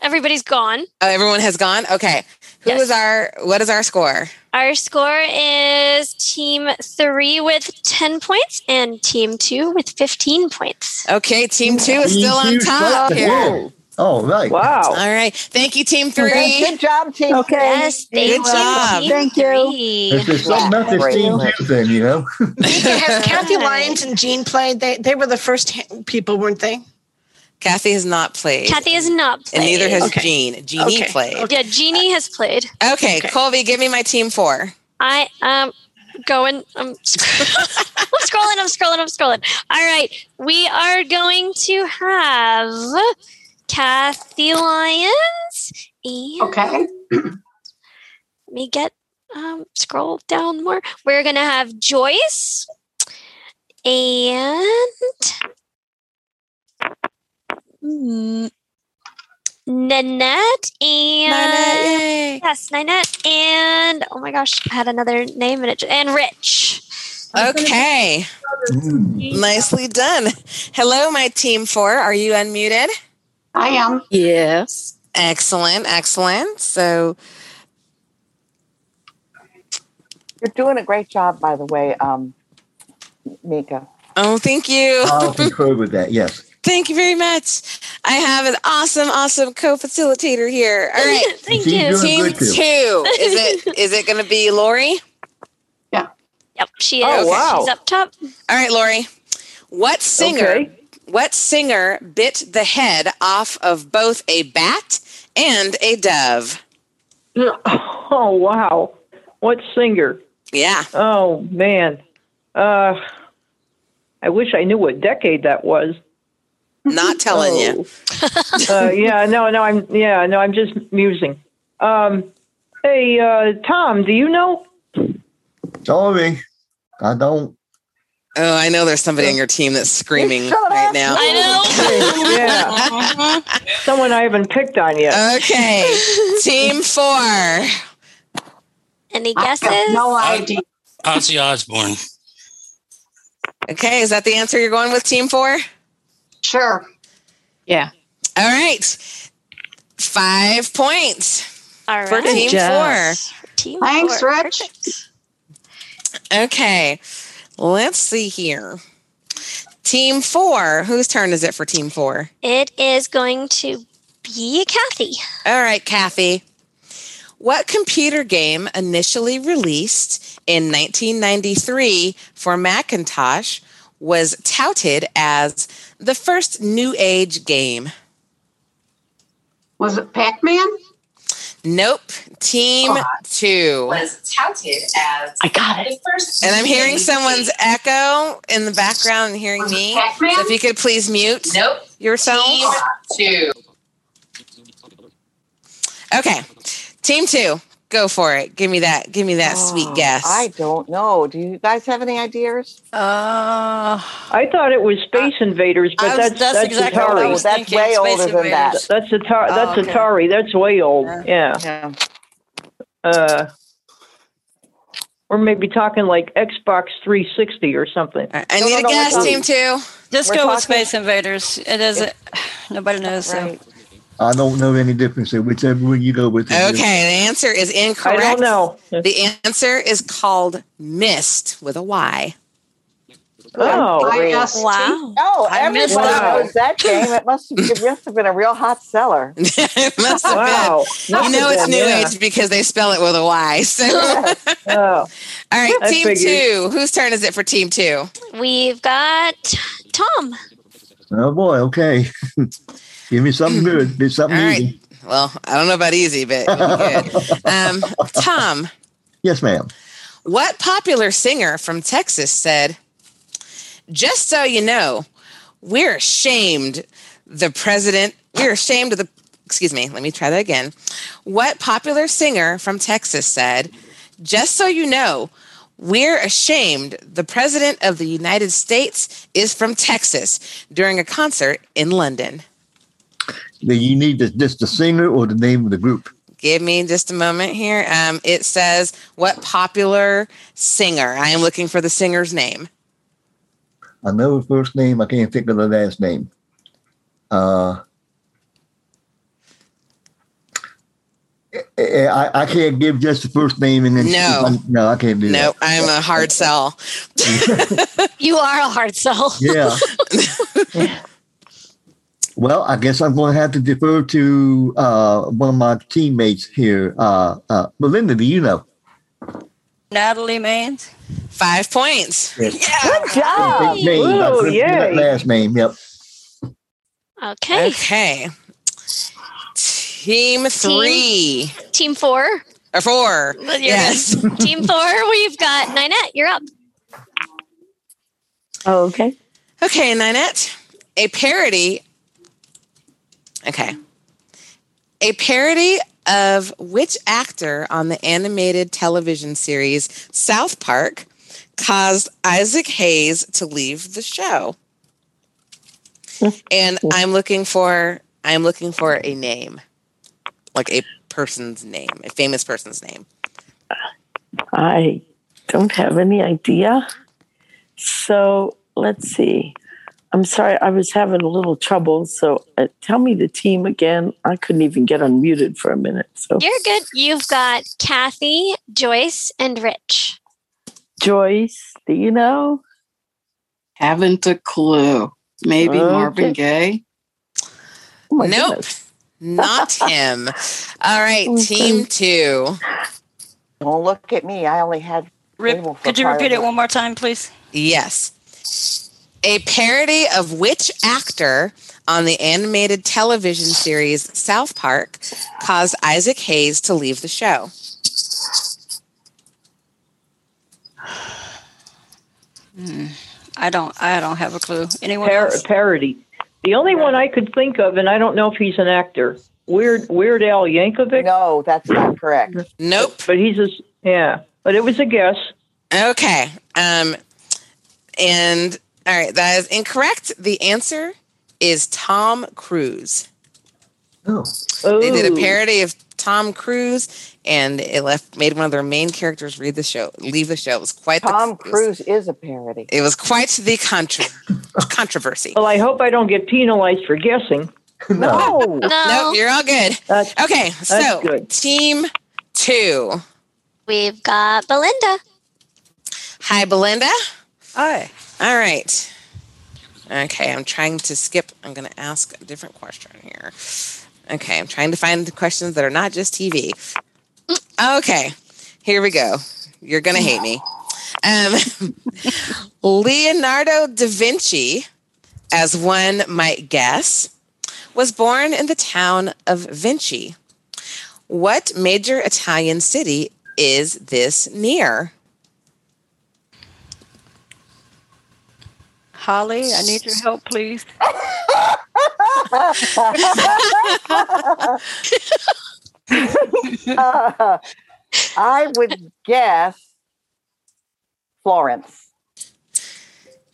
Speaker 6: everybody's gone.
Speaker 4: Oh, everyone has gone? Okay. Who is our what is our score?
Speaker 6: Our score is team three with ten points and team two with fifteen points.
Speaker 4: Okay, team two is still on top here.
Speaker 9: All right.
Speaker 4: All right. Thank you, team three.
Speaker 7: Good job, team
Speaker 4: Okay. Yes, thank Good job.
Speaker 6: Thank
Speaker 4: you.
Speaker 9: If there's something about this team two thing, you know.
Speaker 18: Have Kathy Lyons and Jean played? They they were the first ha- people, weren't they?
Speaker 4: Kathy has not played.
Speaker 6: Kathy has not played.
Speaker 4: and neither has Jean. Jeannie
Speaker 6: Okay.
Speaker 4: played.
Speaker 6: Yeah, Jeannie has played.
Speaker 4: Okay, Colby, give me my team four.
Speaker 6: I am going. um, *laughs* I'm, sc- I'm scrolling. I'm scrolling. I'm scrolling. All right, we are going to have Kathy Lyons. And okay. let me get um, scroll down more. We're gonna have Joyce and mm, Nanette and yes, Nanette and oh my gosh, I had another name in it and Rich.
Speaker 4: Okay.
Speaker 9: Hmm.
Speaker 4: Nicely done. Hello, my team four. Are you unmuted?
Speaker 11: I am.
Speaker 4: Yes. Excellent. Excellent. So
Speaker 7: You're doing a great job, by the way, um, Mika.
Speaker 4: Oh, thank you. *laughs*
Speaker 9: I'll concur with that. Yes.
Speaker 4: Thank you very much. I have an awesome, awesome co-facilitator here. All
Speaker 6: *laughs*
Speaker 4: right.
Speaker 9: Thank She's you. doing
Speaker 4: Team
Speaker 9: good,
Speaker 4: two.
Speaker 9: too.
Speaker 4: Is it is it gonna be Lori?
Speaker 11: Yeah.
Speaker 6: Yep, she is.
Speaker 4: Oh, wow.
Speaker 6: She's up top.
Speaker 4: All right, Lori. What singer
Speaker 6: Okay.
Speaker 4: what singer bit the head off of both a bat and
Speaker 11: *sighs*
Speaker 4: a dove?
Speaker 14: Oh wow! What singer?
Speaker 4: Yeah.
Speaker 14: Oh man. Uh, I wish I knew what decade that was.
Speaker 4: Not telling you.
Speaker 14: uh, yeah, no, no, I'm yeah, no, I'm just musing. Um, hey, uh, Tom, do you know?
Speaker 9: Sorry. I don't.
Speaker 4: Oh, I know there's somebody on your team that's screaming right now.
Speaker 7: Uh-huh.
Speaker 14: I know. yeah. Someone I haven't picked on yet.
Speaker 4: Okay. Team four.
Speaker 6: Any
Speaker 4: guesses?
Speaker 11: no idea.
Speaker 19: Ozzy Osbourne.
Speaker 4: Okay, is that the answer you're going with, team four?
Speaker 11: Sure.
Speaker 4: Yeah. All right. Five points
Speaker 6: All
Speaker 4: for
Speaker 6: right.
Speaker 4: team
Speaker 6: Good job.
Speaker 4: four.
Speaker 6: Team
Speaker 11: Thanks,
Speaker 6: four.
Speaker 11: Rich.
Speaker 4: Okay. Let's see here. Team four. Whose turn is it for team four?
Speaker 6: It is going to be Kathy.
Speaker 4: All right, Kathy. What computer game initially released in 1993 for Macintosh was touted as the first new age game?
Speaker 11: Was it Oh, Pac Man?
Speaker 4: Nope. Team two.
Speaker 11: touted as I got it.
Speaker 4: And I'm hearing someone's echo in the background and hearing me. So
Speaker 11: Pac-Man?
Speaker 4: if you could please mute
Speaker 11: Nope.
Speaker 4: yourself.
Speaker 11: Team
Speaker 4: Okay. Team two, go for it. Give me that. Give me that sweet guess.
Speaker 7: I don't know. Do you guys have any ideas?
Speaker 14: Uh, I thought it was Space
Speaker 4: uh,
Speaker 14: Invaders, but
Speaker 7: I was-
Speaker 14: that's
Speaker 7: that's
Speaker 14: that's
Speaker 7: exactly
Speaker 14: Atari.
Speaker 7: what I was That's thinking, way Space older than Invaders.
Speaker 14: That's Atari.
Speaker 7: Oh,
Speaker 14: That's
Speaker 7: okay.
Speaker 14: Atari. That's way old. Yeah. Uh, or maybe talking like Xbox 360 or something.
Speaker 4: I need a guess, team two.
Speaker 13: Just
Speaker 14: We're
Speaker 13: go with
Speaker 14: talking-
Speaker 13: Space Invaders. It doesn't. *sighs* Nobody knows. So.
Speaker 9: I don't know any difference. So whichever one you go with.
Speaker 4: Okay, the answer is incorrect.
Speaker 9: I don't
Speaker 4: know. The answer is called mist with a Y.
Speaker 7: Oh,
Speaker 4: I-S-T?
Speaker 7: wow. No,
Speaker 4: I missed
Speaker 7: everyone
Speaker 4: that one.
Speaker 7: Oh, knows that game. It must, have, it must have been a real hot seller.
Speaker 4: *laughs* it must have
Speaker 7: Wow.
Speaker 4: been. You
Speaker 7: Must
Speaker 4: know
Speaker 7: have
Speaker 4: it's
Speaker 7: been,
Speaker 4: new
Speaker 7: yeah. Oh.
Speaker 4: age because they spell it with a
Speaker 7: *laughs*
Speaker 4: Y. So, *laughs*
Speaker 14: all
Speaker 4: right,
Speaker 6: I
Speaker 4: team two.
Speaker 6: figured.
Speaker 4: Whose turn is it for team two?
Speaker 6: We've got Tom.
Speaker 9: Oh boy. Okay. *laughs* Give me something good. Do something
Speaker 4: All right.
Speaker 9: easy.
Speaker 4: Well, I don't know about easy,
Speaker 7: *laughs*
Speaker 4: but good. um, Tom,
Speaker 9: Yes, ma'am.
Speaker 4: what popular singer from Texas said, "Just so you know, we're ashamed the president. We're ashamed of the." Excuse me. Let me try that again. What popular singer from Texas said, "Just so you know." We're ashamed the president of the United States is from Texas during a concert in London.
Speaker 9: Now, you need this, this the singer or the name of the group.
Speaker 4: Give me just a moment here. Um, it says, What popular singer? I am looking for the singer's name.
Speaker 9: I know her first name. I can't think of the last name. Uh, I, eh, I- I can't give just the first name and then
Speaker 4: No.
Speaker 9: no, I can't do that.
Speaker 4: Nope, I'm a hard sell.
Speaker 6: *laughs* you are a hard sell.
Speaker 9: Yeah. Well, I guess I'm going to have to defer to uh, one of my teammates here. Uh, uh, Melinda, do you know?
Speaker 13: Natalie Maines.
Speaker 4: Five points.
Speaker 13: Good
Speaker 9: Big name. I couldn't think of that last name. Yep.
Speaker 6: Okay.
Speaker 4: Okay. Team three.
Speaker 6: Team four.
Speaker 4: Or four.
Speaker 6: You're
Speaker 4: yes.
Speaker 6: good. Team four, we've got Ninette. You're up.
Speaker 4: Oh, okay. Okay, Ninette. A parody. Okay. A parody of which actor on the animated television series South Park caused Isaac Hayes to leave the show? And I'm looking for I'm looking for a name. Like a person's name, a famous person's name.
Speaker 19: I don't have any idea. So let's see. I'm sorry, I was having a little trouble. So uh, tell me the team again. I couldn't even get unmuted for a minute. So
Speaker 6: You're good. You've got Kathy, Joyce, and Rich.
Speaker 19: Joyce, do you know?
Speaker 20: Haven't a clue. Maybe Marvin Gaye.
Speaker 19: Oh
Speaker 4: nope. Not him. All right, team two.
Speaker 7: Don't look at me. I only had.
Speaker 13: Rip,
Speaker 7: cable for
Speaker 13: could you
Speaker 7: part of
Speaker 13: repeat it one more time, please?
Speaker 4: Yes. A parody of which actor on the animated television series South Park caused Isaac Hayes to leave the show?
Speaker 13: Hmm. I don't. I don't have a clue. Anyone?
Speaker 14: Par-
Speaker 13: else?
Speaker 14: parody. The only one I could think of, and I don't know if he's an actor. Weird Weird Al Yankovic.
Speaker 7: No, that's not correct.
Speaker 4: Nope.
Speaker 14: But he's a s- yeah. But it was a guess.
Speaker 4: Okay. Um and all right, that is incorrect. The answer is Tom Cruise.
Speaker 9: Oh.
Speaker 4: They did a
Speaker 14: Ooh.
Speaker 4: parody of Tom Cruise and it left made one of their main characters read the show leave the show. It was quite
Speaker 7: Tom
Speaker 4: the, it was-
Speaker 7: Cruise is a parody.
Speaker 4: It was quite the contro-
Speaker 7: *laughs*
Speaker 4: controversy.
Speaker 14: Well, I hope I don't get penalized for guessing.
Speaker 4: No, you're all good. okay, so team two.
Speaker 6: We've got Belinda.
Speaker 4: Hi, Belinda.
Speaker 13: Hi.
Speaker 4: All right. Okay, I'm trying to skip. I'm going to ask a different question here. Okay, I'm trying to find the questions that are not just TV. Okay, here we go. You're going to hate me. Um, *laughs* Leonardo da Vinci, as one might guess, was born in the town of Vinci. What major Italian city is this near?
Speaker 13: Holly, I need your help, please.
Speaker 7: Uh, *laughs* I would guess Florence.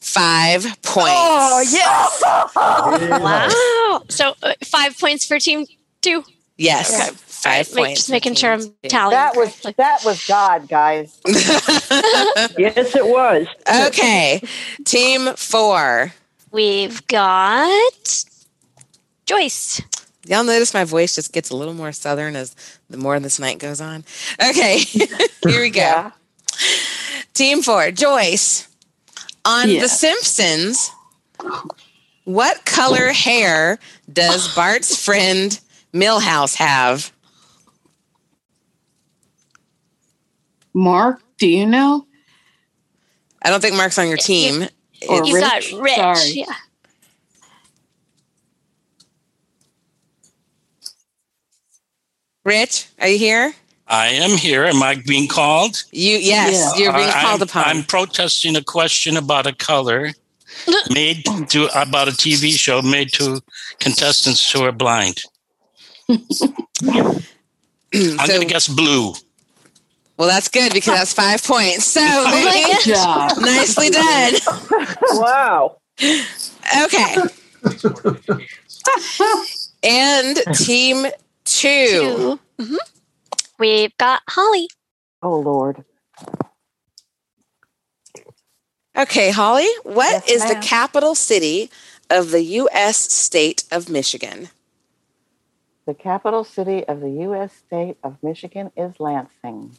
Speaker 4: Five points.
Speaker 6: Oh, yes.
Speaker 4: Yeah.
Speaker 6: wow. *laughs* So uh, five points for team two.
Speaker 4: Yes.
Speaker 6: Okay.
Speaker 4: Five
Speaker 6: Make-
Speaker 4: points.
Speaker 6: Just making sure I'm tallying.
Speaker 7: That was that was God, guys.
Speaker 14: yes, it was.
Speaker 4: Okay. Team four.
Speaker 6: We've got Joyce.
Speaker 4: Y'all notice my voice just gets a little more southern as the more this night goes on. Okay. *laughs* Here we go. Team four. Joyce. On
Speaker 3: Yeah.
Speaker 4: The Simpsons, what color hair does Bart's friend Millhouse have?
Speaker 20: Mark, do you know?
Speaker 4: I don't think Mark's on your team.
Speaker 20: Or
Speaker 6: You've got Rich.
Speaker 20: Sorry.
Speaker 6: Yeah.
Speaker 4: Rich, are you here?
Speaker 21: I am here. Am I being called? Uh,
Speaker 4: You yes, you're being called
Speaker 21: I'm, upon. I'm protesting a question about a
Speaker 11: *laughs*
Speaker 21: color made to about a TV show made to contestants who are
Speaker 4: *laughs*
Speaker 21: blind. I'm going to guess blue.
Speaker 4: Well, that's good because that's five points. So
Speaker 21: my God.
Speaker 19: *laughs*
Speaker 4: nicely done.
Speaker 14: Wow.
Speaker 4: Okay. and team 2
Speaker 6: Mhm. We've got uh, Holly.
Speaker 19: Oh, Lord.
Speaker 4: Okay, Holly, What is the
Speaker 6: ma'am.
Speaker 4: capital city of the U.S. state of Michigan? *laughs*
Speaker 7: The capital city of the U.S. state of Michigan is Lansing.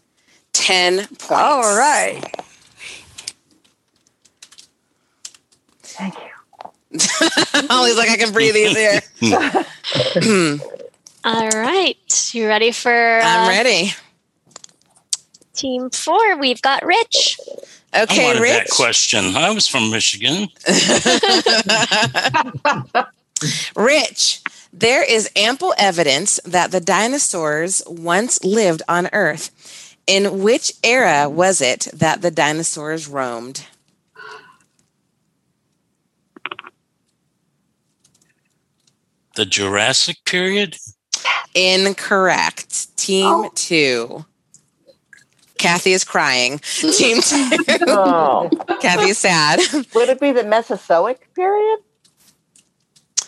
Speaker 4: 10 points. All right.
Speaker 7: Thank you.
Speaker 4: Holly's like, I can
Speaker 6: *laughs*
Speaker 4: breathe easier.
Speaker 6: All right. You ready for. I'm
Speaker 4: ready.
Speaker 6: Team four, we've got Rich.
Speaker 21: I wanted that question. I was from Michigan.
Speaker 4: Rich, there is ample evidence that the dinosaurs once lived on Earth. In which era was it that the dinosaurs roamed?
Speaker 21: The Jurassic period?
Speaker 4: Incorrect. Team two. Kathy is *laughs* crying. Team two.
Speaker 7: Oh.
Speaker 4: Kathy is sad.
Speaker 7: Would it be the Mesozoic period?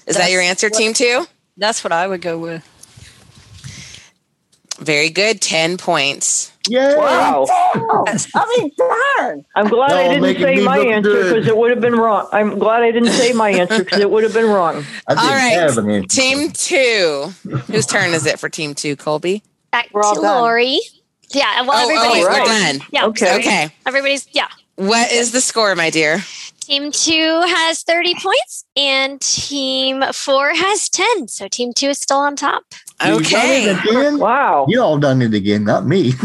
Speaker 4: Is that your answer, team two?
Speaker 13: That's what I would go with.
Speaker 4: Very good. 10 points.
Speaker 9: Yeah.
Speaker 14: Wow.
Speaker 4: I mean,
Speaker 13: *laughs*
Speaker 4: darn.
Speaker 14: I'm glad
Speaker 4: Y'all
Speaker 14: I didn't
Speaker 4: making
Speaker 14: say
Speaker 4: me
Speaker 14: my
Speaker 4: look
Speaker 14: answer
Speaker 4: good.
Speaker 14: because it would have been wrong. I'm glad I didn't say my answer because it would have been wrong.
Speaker 4: All right. Team two. Whose turn is it for team two, Colby?
Speaker 6: Back
Speaker 4: all
Speaker 6: to
Speaker 4: done.
Speaker 6: Lori. Yeah. Well,
Speaker 4: Oh, oh,
Speaker 6: everybody's
Speaker 4: we're done.
Speaker 6: Yeah.
Speaker 4: Okay. Okay.
Speaker 6: Everybody's, yeah.
Speaker 4: What is the score, my dear?
Speaker 6: Team two has 30 points and team four has 10. So team two is still on top.
Speaker 9: You done it again? Wow. You all done it again, not me. *laughs*
Speaker 4: team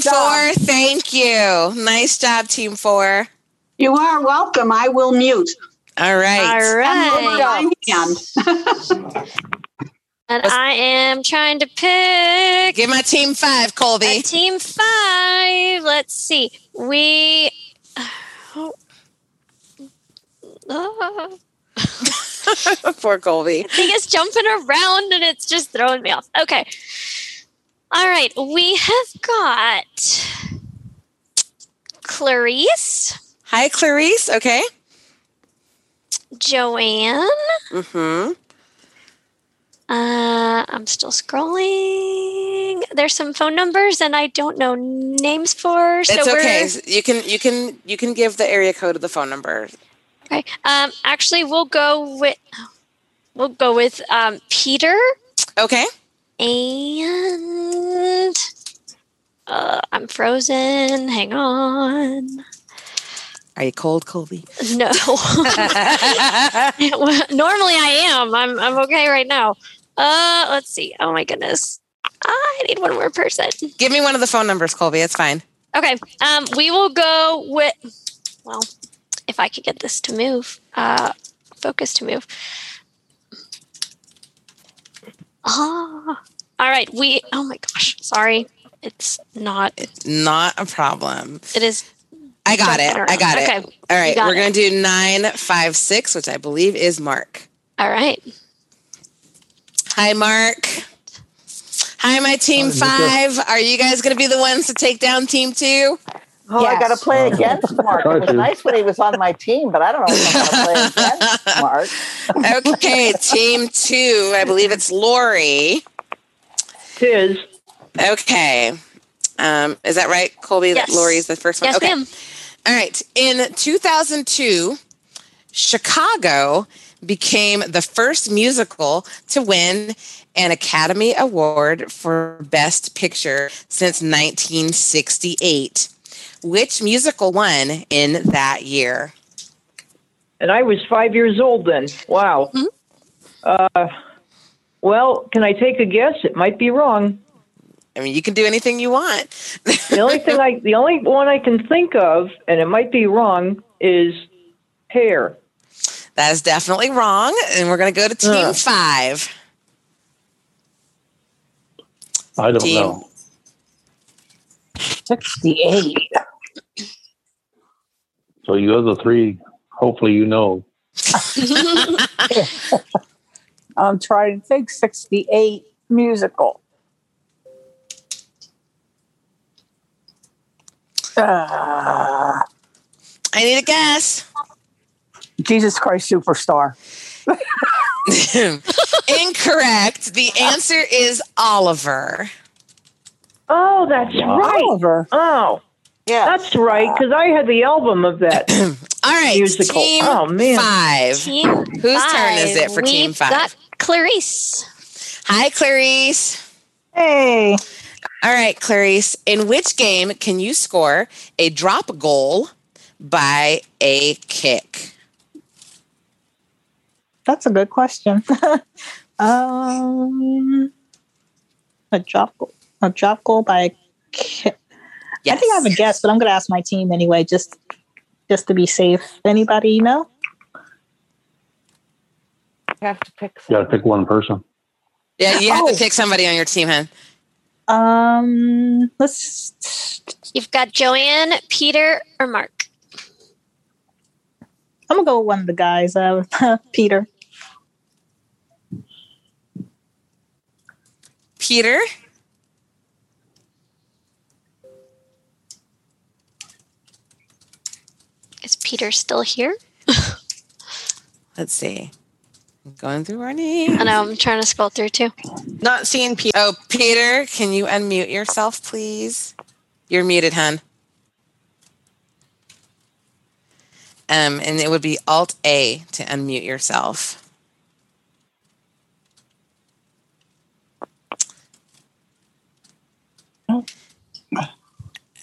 Speaker 4: four, thank you. Nice job, team four.
Speaker 22: You are welcome. I will mute.
Speaker 4: All right.
Speaker 6: All
Speaker 22: And
Speaker 6: right.
Speaker 22: hold my hand.
Speaker 6: And I am trying to pick.
Speaker 4: Give my team five, Colby.
Speaker 6: team five. Let's see. We. Oh. Oh.
Speaker 4: *laughs* Poor Colby.
Speaker 6: thing is jumping around and it's just throwing me off. Okay. All right. We have got Clarice,
Speaker 4: Hi, Clarice. Okay.
Speaker 6: Joanne.
Speaker 4: Mm-hmm.
Speaker 6: Uh, I'm still scrolling. There's some phone numbers and I don't know names for. So
Speaker 4: It's
Speaker 6: we're,
Speaker 4: okay. You can you can you can give the area code of the phone number.
Speaker 6: Okay. Um, actually, we'll go with we'll go with um, Peter.
Speaker 4: Okay.
Speaker 6: And uh, I'm frozen. Hang on.
Speaker 4: Are you cold, Colby? *laughs*
Speaker 6: No. Well, Normally I am. I'm I'm okay right now. Uh let's see. Oh my goodness. I need one more person.
Speaker 4: Give me one of the phone numbers, Colby. It's fine.
Speaker 6: Okay. Um we will go with well, if I could get this to move. Uh focus to move. Ah. All right. We oh my gosh. Sorry. It's not
Speaker 4: Not a problem.
Speaker 6: it is
Speaker 4: I got it. I got it.
Speaker 6: Okay.
Speaker 4: All
Speaker 6: You
Speaker 4: right.
Speaker 6: got
Speaker 4: We're
Speaker 6: it.
Speaker 4: going to do 956, which I believe is Mark.
Speaker 6: All right.
Speaker 4: Hi, Mark. Hi, my team
Speaker 7: Hi,
Speaker 4: five. Are you guys going to be the ones to take down team two?
Speaker 7: Oh, I got to play against Mark. It was nice when he was on my team, but I don't know if I'm going to play against
Speaker 4: *laughs*
Speaker 7: Mark. *laughs*
Speaker 4: okay, team two. I believe it's Lori.
Speaker 14: Tis.
Speaker 4: Okay. Um, is that right, Colby? That
Speaker 6: Yes.
Speaker 4: Lori's the first one?
Speaker 6: Yes,
Speaker 4: okay.
Speaker 6: ma'am.
Speaker 4: All right. In 2002, Chicago became the first musical to win an Academy Award for Best Picture since 1968. Which musical won in that year?
Speaker 14: And I was five years old then. Wow.
Speaker 4: Mm-hmm.
Speaker 14: Uh, well, can I take a guess? It might be wrong.
Speaker 4: I mean, you can do anything you want.
Speaker 14: the only thing I, the only one I can think of, and it might be wrong, is hair.
Speaker 4: That is definitely wrong. And we're going to go to team
Speaker 14: Ugh.
Speaker 4: five.
Speaker 23: I don't
Speaker 4: Team.
Speaker 23: know. 68. So you other three, hopefully you know.
Speaker 12: I'm trying to think 68 musical.
Speaker 7: Ah.
Speaker 12: *laughs* Uh,
Speaker 4: I need a guess. *laughs*
Speaker 12: Jesus Christ Superstar.
Speaker 4: Incorrect. The answer is Oliver.
Speaker 14: Oh, that's right. Oh, yeah, that's right. Because I had the album of that.
Speaker 4: *clears throat* All right,
Speaker 14: musical.
Speaker 4: team
Speaker 14: oh man,
Speaker 4: five.
Speaker 6: Team
Speaker 4: Whose turn is it for
Speaker 6: We've
Speaker 4: team five?
Speaker 6: got Clarice.
Speaker 4: Hi, Clarice. Hey. All right, Clarice. In which game can you score a drop goal by a kick?
Speaker 12: That's a good question. *laughs* um, a drop goal, a drop goal by a kick. I think I have a guess, but I'm going to ask my team anyway, just just to be safe. Anybody you know?
Speaker 7: have to pick.
Speaker 23: You got to pick one person.
Speaker 4: Yeah, you have
Speaker 12: Oh.
Speaker 4: to pick somebody on your team, huh?
Speaker 12: Um, let's.
Speaker 6: You've got Joanne, Peter, or Mark.
Speaker 12: I'm gonna go with one of the guys, uh, *laughs* Peter.
Speaker 4: Peter?
Speaker 6: Is Peter still
Speaker 4: *laughs*
Speaker 6: here?
Speaker 4: Let's see. I'm going through our names.
Speaker 6: I know. I'm trying to scroll through too.
Speaker 4: Not seeing Peter. Oh, Peter, can you unmute yourself, please? You're muted, hun. Um, and it would be Alt A to unmute yourself.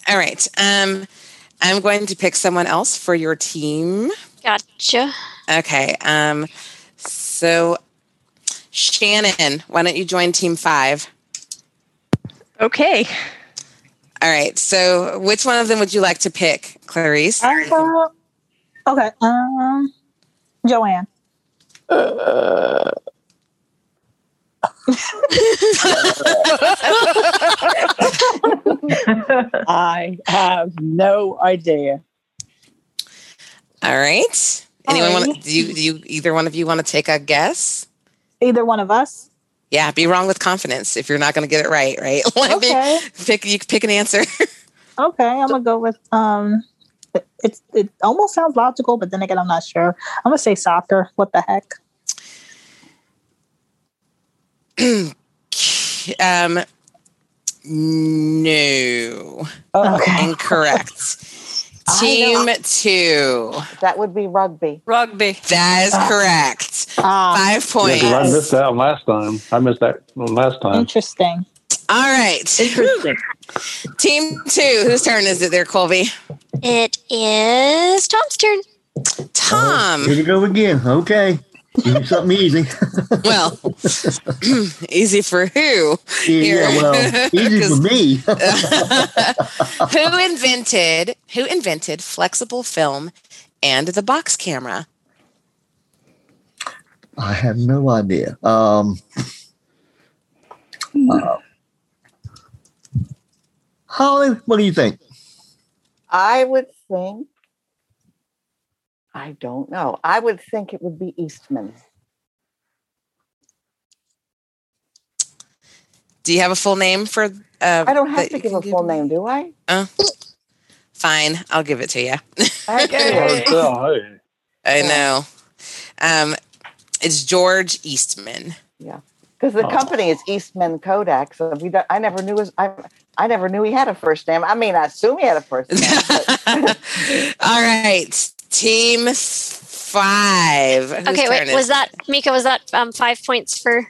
Speaker 4: All right. Um, I'm going to pick someone else for your team.
Speaker 6: Gotcha.
Speaker 4: Okay. Um, so, Shannon, why don't you join Team Five?
Speaker 1: Okay.
Speaker 4: All right. So, which one of them would you like to pick, Clarice?
Speaker 12: Uh, okay. Um, Joanne.
Speaker 1: I have no idea.
Speaker 4: All right. Anyone
Speaker 12: Alrighty.
Speaker 4: want? Do you, do you either one of you want to take a guess?
Speaker 12: *laughs* Either one of
Speaker 4: *laughs*
Speaker 12: us.
Speaker 4: Yeah, be wrong with confidence if you're not going to get it right. Right? *laughs* Like,
Speaker 12: Okay.
Speaker 4: pick you pick an answer. *laughs*
Speaker 12: Okay, I'm gonna go with um. it- It's it almost sounds logical, but then again, I'm not sure. I'm gonna say soccer. What the heck?
Speaker 4: *clears throat* um, no.
Speaker 7: *laughs*
Speaker 4: Incorrect. Team two.
Speaker 7: That would be rugby. Ah.
Speaker 13: Rugby.
Speaker 4: That is correct. Five points.
Speaker 23: Yeah, 'cause I missed that one last time. I missed that one last time.
Speaker 12: Interesting.
Speaker 4: All right. Interesting. Team two. Whose turn is it there, Colby?
Speaker 6: It is Tom's turn.
Speaker 4: Tom.
Speaker 9: Here we go again. Okay. Give me something easy. *laughs*
Speaker 4: well, easy for who?
Speaker 9: Yeah,
Speaker 4: Here.
Speaker 9: yeah, well, easy for
Speaker 4: *laughs* 'Cause
Speaker 9: me. *laughs*
Speaker 4: who invented who invented flexible film and the box camera?
Speaker 9: I have no idea. Um, uh, Holly, what do you think?
Speaker 7: I would think. I don't know. I would think it would be Eastman.
Speaker 4: Do you have a full name for? Uh,
Speaker 7: I don't have
Speaker 4: that
Speaker 7: to
Speaker 4: you
Speaker 7: give
Speaker 4: can
Speaker 7: a full name, do I?
Speaker 4: Oh, fine. I'll give it to you.
Speaker 7: Okay.
Speaker 4: I know. Um, it's George Eastman.
Speaker 7: Yeah. Because the
Speaker 4: Oh.
Speaker 7: company is Eastman Kodak, so we don't, I never knew his I I never knew he had a first name. I mean, I assume he had a first name.
Speaker 4: All right, team five. Whose
Speaker 6: okay,
Speaker 4: turn
Speaker 6: wait.
Speaker 4: is-
Speaker 6: Was that Mika? Was that um, five points for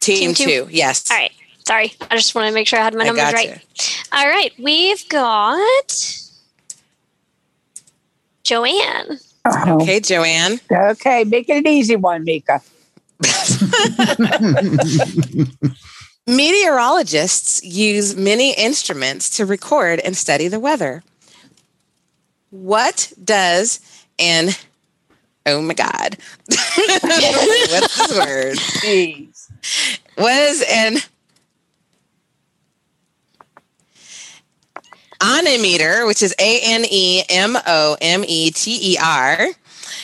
Speaker 4: team, two? Yes.
Speaker 6: All right. Sorry, I just want to make sure I had my
Speaker 4: I
Speaker 6: numbers
Speaker 4: gotcha.
Speaker 6: right. All right, we've got Joanne.
Speaker 4: Okay, Joanne.
Speaker 1: Okay, make it an easy one, Mika.
Speaker 4: Meteorologists use many instruments to record and study the weather. What does an oh my god? *laughs* What's this word? What is an anemometer, which is A N E M O M E T E R,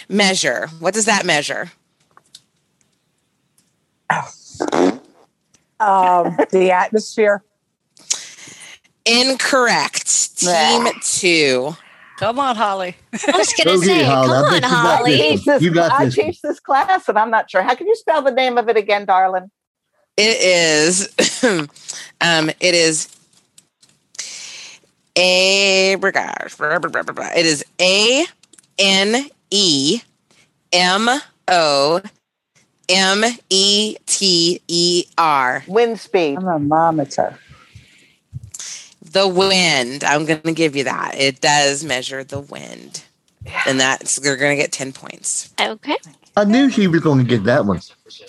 Speaker 4: measure? What does that measure?
Speaker 1: Um, the atmosphere.
Speaker 4: Incorrect. Team two.
Speaker 13: Come on, Holly.
Speaker 6: I was
Speaker 7: gonna Go get it, say, Holly. come I bet on, you got Holly. this one.
Speaker 13: You got
Speaker 7: I
Speaker 13: this
Speaker 7: teach this class and I'm not sure. How can you spell the name of it again, darling?
Speaker 4: It is. *coughs* um, it is. A oh It is A N E M O M E T E R.
Speaker 7: Wind speed.
Speaker 4: I'm a
Speaker 1: thermometer.
Speaker 4: The wind. I'm going to give you that. It does measure the wind. And that's, you're going to get 10 points.
Speaker 6: Okay.
Speaker 9: I knew she was going to get that one.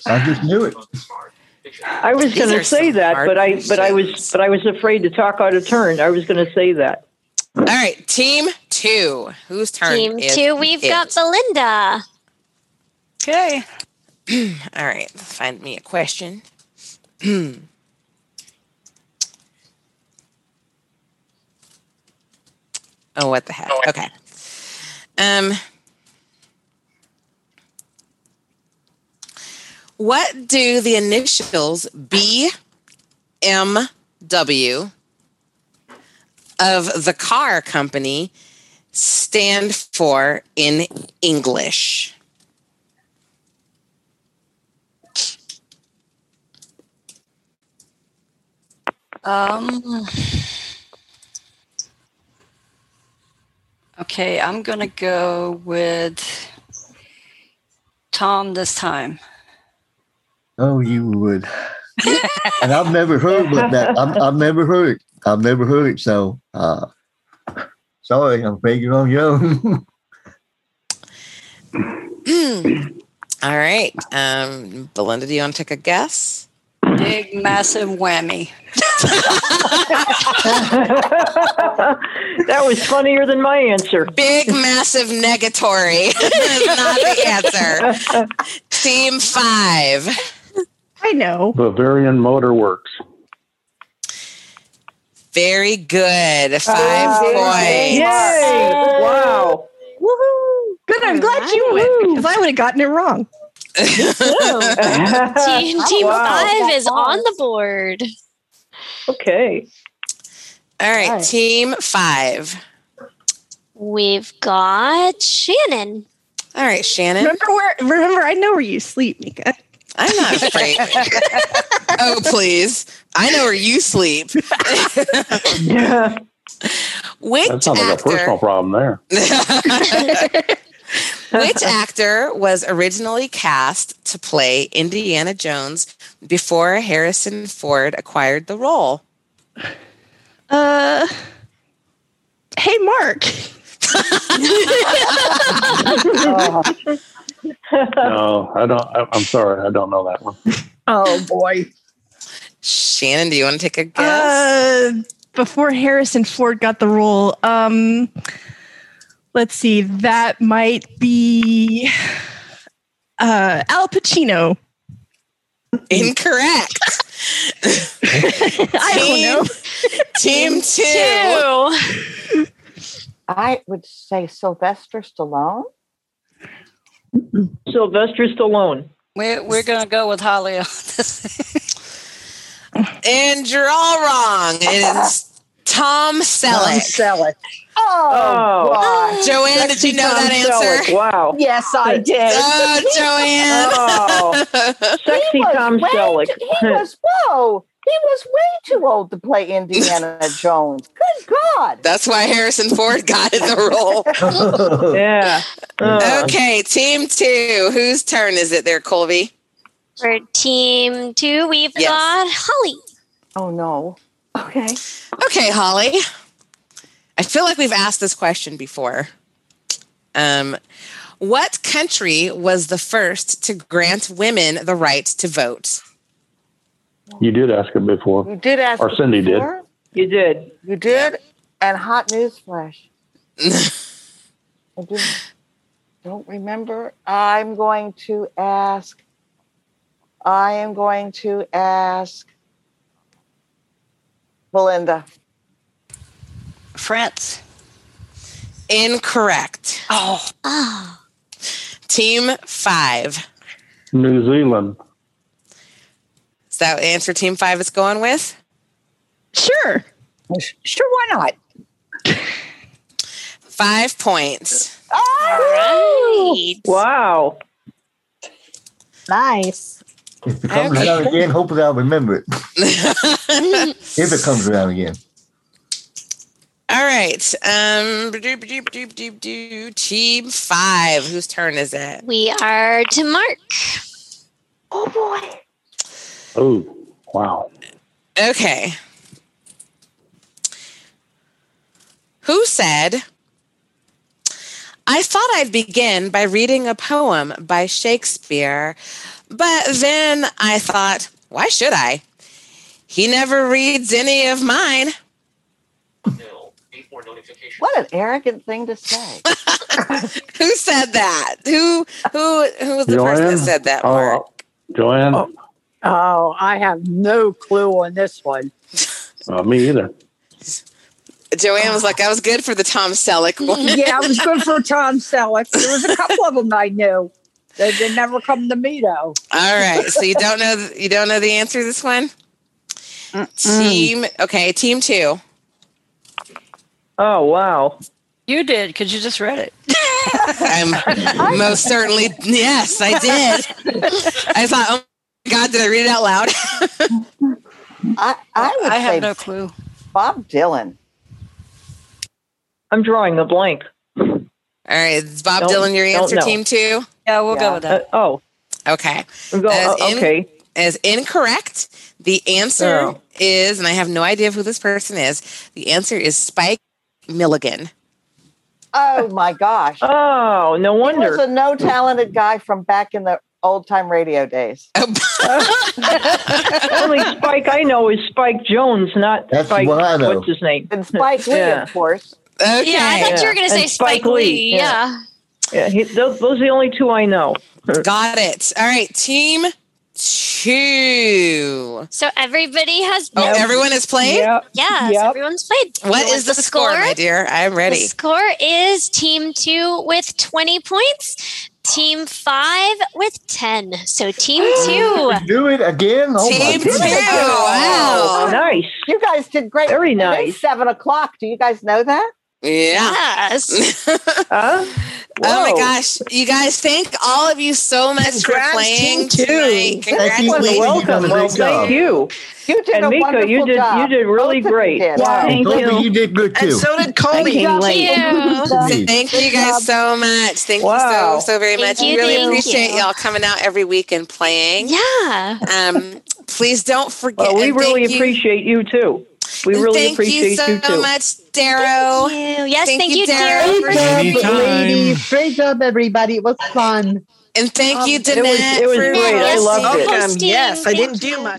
Speaker 9: I just knew it.
Speaker 14: I was going to say that, but I but I was but I was afraid to talk out of turn. I was going to say that.
Speaker 4: All right. Team two. Whose *laughs* turn? *laughs*
Speaker 6: Team
Speaker 4: is
Speaker 6: two, we've
Speaker 4: it?
Speaker 6: got Belinda.
Speaker 13: Okay.
Speaker 4: *clears throat* All right. Find me a question. *clears throat* Oh, what the heck? Okay. Um, what do the initials BMW of the car company stand for in English?
Speaker 13: Um, okay, I'm going to go with Tom this time.
Speaker 9: Oh, you would. and I've never heard what that. I'm, I've never heard it. I've never heard it. So, uh, sorry, I'm afraid you're on your own. *laughs*
Speaker 4: All right. Um, Belinda, do you want to take a guess?
Speaker 13: Big, massive whammy.
Speaker 14: *laughs* That was funnier than my answer.
Speaker 4: Big, massive
Speaker 14: *laughs*
Speaker 4: negatory *laughs* is not e- the answer. *laughs* Team five.
Speaker 12: I know.
Speaker 23: Bavarian Motor Works.
Speaker 4: Very good. Five points.
Speaker 23: Wow.
Speaker 12: Woohoo! Good. I'm glad you went because
Speaker 4: *laughs*
Speaker 12: I would have gotten it
Speaker 6: *laughs*
Speaker 12: wrong. *laughs*
Speaker 6: Team, team
Speaker 4: *laughs*
Speaker 6: five is on the board.
Speaker 14: Okay.
Speaker 4: All right, team five.
Speaker 6: We've got Shannon.
Speaker 4: All right, Shannon.
Speaker 12: Remember where? Remember, I know where you
Speaker 4: *laughs*
Speaker 12: sleep, Mika.
Speaker 4: *laughs* I'm not afraid. *laughs* oh, please. I know where you sleep.
Speaker 23: Yeah.
Speaker 4: Which
Speaker 23: That sounds like a personal problem there.
Speaker 4: *laughs* Which actor was originally cast to play Indiana Jones before Harrison Ford acquired the role?
Speaker 12: Uh, hey, Mark.
Speaker 6: Uh.
Speaker 23: No, I don't. I, I'm sorry, I don't know that one.
Speaker 12: *laughs* oh boy.
Speaker 4: Shannon, do you want to take a guess?
Speaker 12: Uh, before Harrison Ford got the role, um, let's see, that might be uh, Al Pacino. *laughs*
Speaker 4: Incorrect.
Speaker 12: I don't know.
Speaker 4: *laughs* Team
Speaker 7: I would say Sylvester Stallone.
Speaker 14: Sylvester Stallone.
Speaker 13: We're, we're going to go with Holly on this.
Speaker 4: And you're all wrong. It is Tom Selleck.
Speaker 12: Selleck.
Speaker 14: Oh,
Speaker 4: God. Joanne, did you know that answer?
Speaker 14: Wow.
Speaker 12: Yes, I did.
Speaker 4: Oh,
Speaker 12: *laughs*
Speaker 4: Joanne.
Speaker 14: Oh, sexy Tom
Speaker 7: way
Speaker 14: Selleck.
Speaker 7: too- *laughs* he
Speaker 14: *laughs*
Speaker 7: was whoa. He was way too old to play *laughs* Indiana Jones. Good God!
Speaker 4: That's why Harrison Ford got
Speaker 7: *laughs*
Speaker 4: in the role.
Speaker 14: yeah.
Speaker 7: Oh.
Speaker 4: okay, team two. Whose turn is it there, Colby?
Speaker 6: For team two, we've
Speaker 4: Yes.
Speaker 6: got Holly.
Speaker 7: Oh no. Okay.
Speaker 4: Okay, Holly. I feel like we've asked this question before. Um, what country was the first to grant women the right to vote?
Speaker 23: You did ask it before.
Speaker 7: You did ask.
Speaker 23: Or Cindy did.
Speaker 7: before.
Speaker 14: You did.
Speaker 7: You did. And hot news *laughs* flash. I do. Don't remember. I'm going to ask. I am going to ask Belinda.
Speaker 13: France.
Speaker 4: Incorrect.
Speaker 13: Oh.
Speaker 6: Oh.
Speaker 4: Team five.
Speaker 23: New Zealand.
Speaker 4: Is that answer team five is going with?
Speaker 12: Sure.
Speaker 4: Sure, why not? Five points.
Speaker 23: Wow.
Speaker 17: Nice.
Speaker 9: If it comes around again, hopefully I'll remember it. if it comes around again.
Speaker 4: *laughs* All right. Um, ba-do-ba-do-ba-do-ba-do-do. team five. Whose turn is it?
Speaker 6: We are to Mark. Oh boy.
Speaker 23: Oh, wow.
Speaker 4: Okay. Who said, I thought I'd begin by reading a poem by Shakespeare, but then I thought, why should I? He never reads any of mine.
Speaker 7: What an arrogant thing to say.
Speaker 4: *laughs* Who said that? Who who who was the person that said that?
Speaker 23: Oh, Joanne? Oh.
Speaker 1: Oh, I have no clue on this one.
Speaker 23: Uh, me either.
Speaker 4: Joanne was like, I was good for the Tom Selleck
Speaker 1: *laughs*
Speaker 4: one.
Speaker 1: yeah, it was
Speaker 4: *laughs*
Speaker 1: good for Tom Selleck. There was a couple of them I knew. They, they never come to me though.
Speaker 4: All right. So you don't know you don't know the answer to
Speaker 1: *laughs*
Speaker 4: this one? Team okay, team two.
Speaker 23: Oh, wow.
Speaker 13: You did because you just read it.
Speaker 23: *laughs*
Speaker 4: I'm most certainly yes, I did. I thought, oh my god, did I read it out loud?
Speaker 7: I, I would
Speaker 13: I have
Speaker 7: say
Speaker 13: no clue.
Speaker 7: Bob Dylan.
Speaker 23: I'm drawing a blank.
Speaker 4: All right, is Bob
Speaker 23: Don't-
Speaker 4: Dylan your
Speaker 23: don't
Speaker 4: answer,
Speaker 23: know.
Speaker 4: team two?
Speaker 13: Yeah, we'll
Speaker 23: go Yeah. with that. oh.
Speaker 4: Okay.
Speaker 23: go- oh, okay.
Speaker 4: As incorrect, the answer
Speaker 23: Oh.
Speaker 4: is, and I have no idea who this person is, the answer is Spike Milligan.
Speaker 7: Oh my gosh.
Speaker 23: Oh, no
Speaker 7: He was a no talented guy from back in the old time radio days.
Speaker 23: Only Spike I know is Spike Jones, not
Speaker 9: That's
Speaker 23: Spike.
Speaker 9: what I know.
Speaker 23: What's his name?
Speaker 7: And Spike Lee,
Speaker 23: Yeah.
Speaker 7: of course.
Speaker 4: Okay.
Speaker 6: Yeah, I thought you were going
Speaker 23: And
Speaker 6: to say Spike, Lee. Yeah.
Speaker 23: Yeah, he, those, those are the only two I know. *laughs*
Speaker 4: Got it. All right, team two.
Speaker 6: So everybody has.
Speaker 4: Oh, everyone has played? Yep.
Speaker 6: Yeah, so everyone's played.
Speaker 4: What is the, score, my dear? I'm ready.
Speaker 6: The score is Team Two with 20 points, Team Five with 10. So Team Two.
Speaker 9: Do it again. Oh my
Speaker 6: Team
Speaker 9: goodness.
Speaker 6: two.
Speaker 7: Oh,
Speaker 6: Wow.
Speaker 23: Oh, Nice.
Speaker 7: You guys did great. Very
Speaker 23: nice.
Speaker 7: seven o'clock. Do you guys know that?
Speaker 4: Yes. Oh my
Speaker 7: Whoa.
Speaker 4: gosh. You guys, thank all of you so much for
Speaker 7: Congrats,
Speaker 4: playing
Speaker 7: team two.
Speaker 4: tonight.
Speaker 7: Thank you, Lisa. You've
Speaker 4: Congratulations.
Speaker 7: done a great Well, thank job.
Speaker 23: you.
Speaker 7: You did
Speaker 23: And
Speaker 7: a
Speaker 23: Mika, you
Speaker 7: wonderful
Speaker 23: did- you
Speaker 7: job.
Speaker 23: did really
Speaker 7: Both of you
Speaker 23: great.
Speaker 7: did.
Speaker 23: Wow. Thank
Speaker 9: Toby,
Speaker 23: you.
Speaker 9: you did good too.
Speaker 18: And so did Colby.
Speaker 23: came late.
Speaker 9: Thank
Speaker 4: Thank you guys so much. Thank you
Speaker 23: Wow.
Speaker 4: so so very
Speaker 6: Thank
Speaker 4: much.
Speaker 6: you,
Speaker 4: I really
Speaker 6: thank
Speaker 4: appreciate
Speaker 6: you.
Speaker 4: you. all coming out every week and playing.
Speaker 6: Yeah.
Speaker 4: Um, please don't forget.
Speaker 23: Well, we
Speaker 4: and
Speaker 23: really
Speaker 4: thank you-
Speaker 23: appreciate you too. We
Speaker 4: and
Speaker 23: really
Speaker 4: thank
Speaker 23: appreciate
Speaker 4: you so
Speaker 23: too.
Speaker 4: much, Darrow.
Speaker 6: Thank you. Yes, thank you,
Speaker 4: Darrow.
Speaker 6: Darrow.
Speaker 4: for-
Speaker 17: Great job,
Speaker 23: Anytime.
Speaker 17: ladies. Great job, everybody. It was fun.
Speaker 4: And thank you,
Speaker 23: It was
Speaker 16: Um,
Speaker 4: Danette.
Speaker 23: Um, it was
Speaker 4: for
Speaker 23: great. I
Speaker 4: hosting.
Speaker 23: loved it.
Speaker 18: Welcome. Yes, I didn't do much.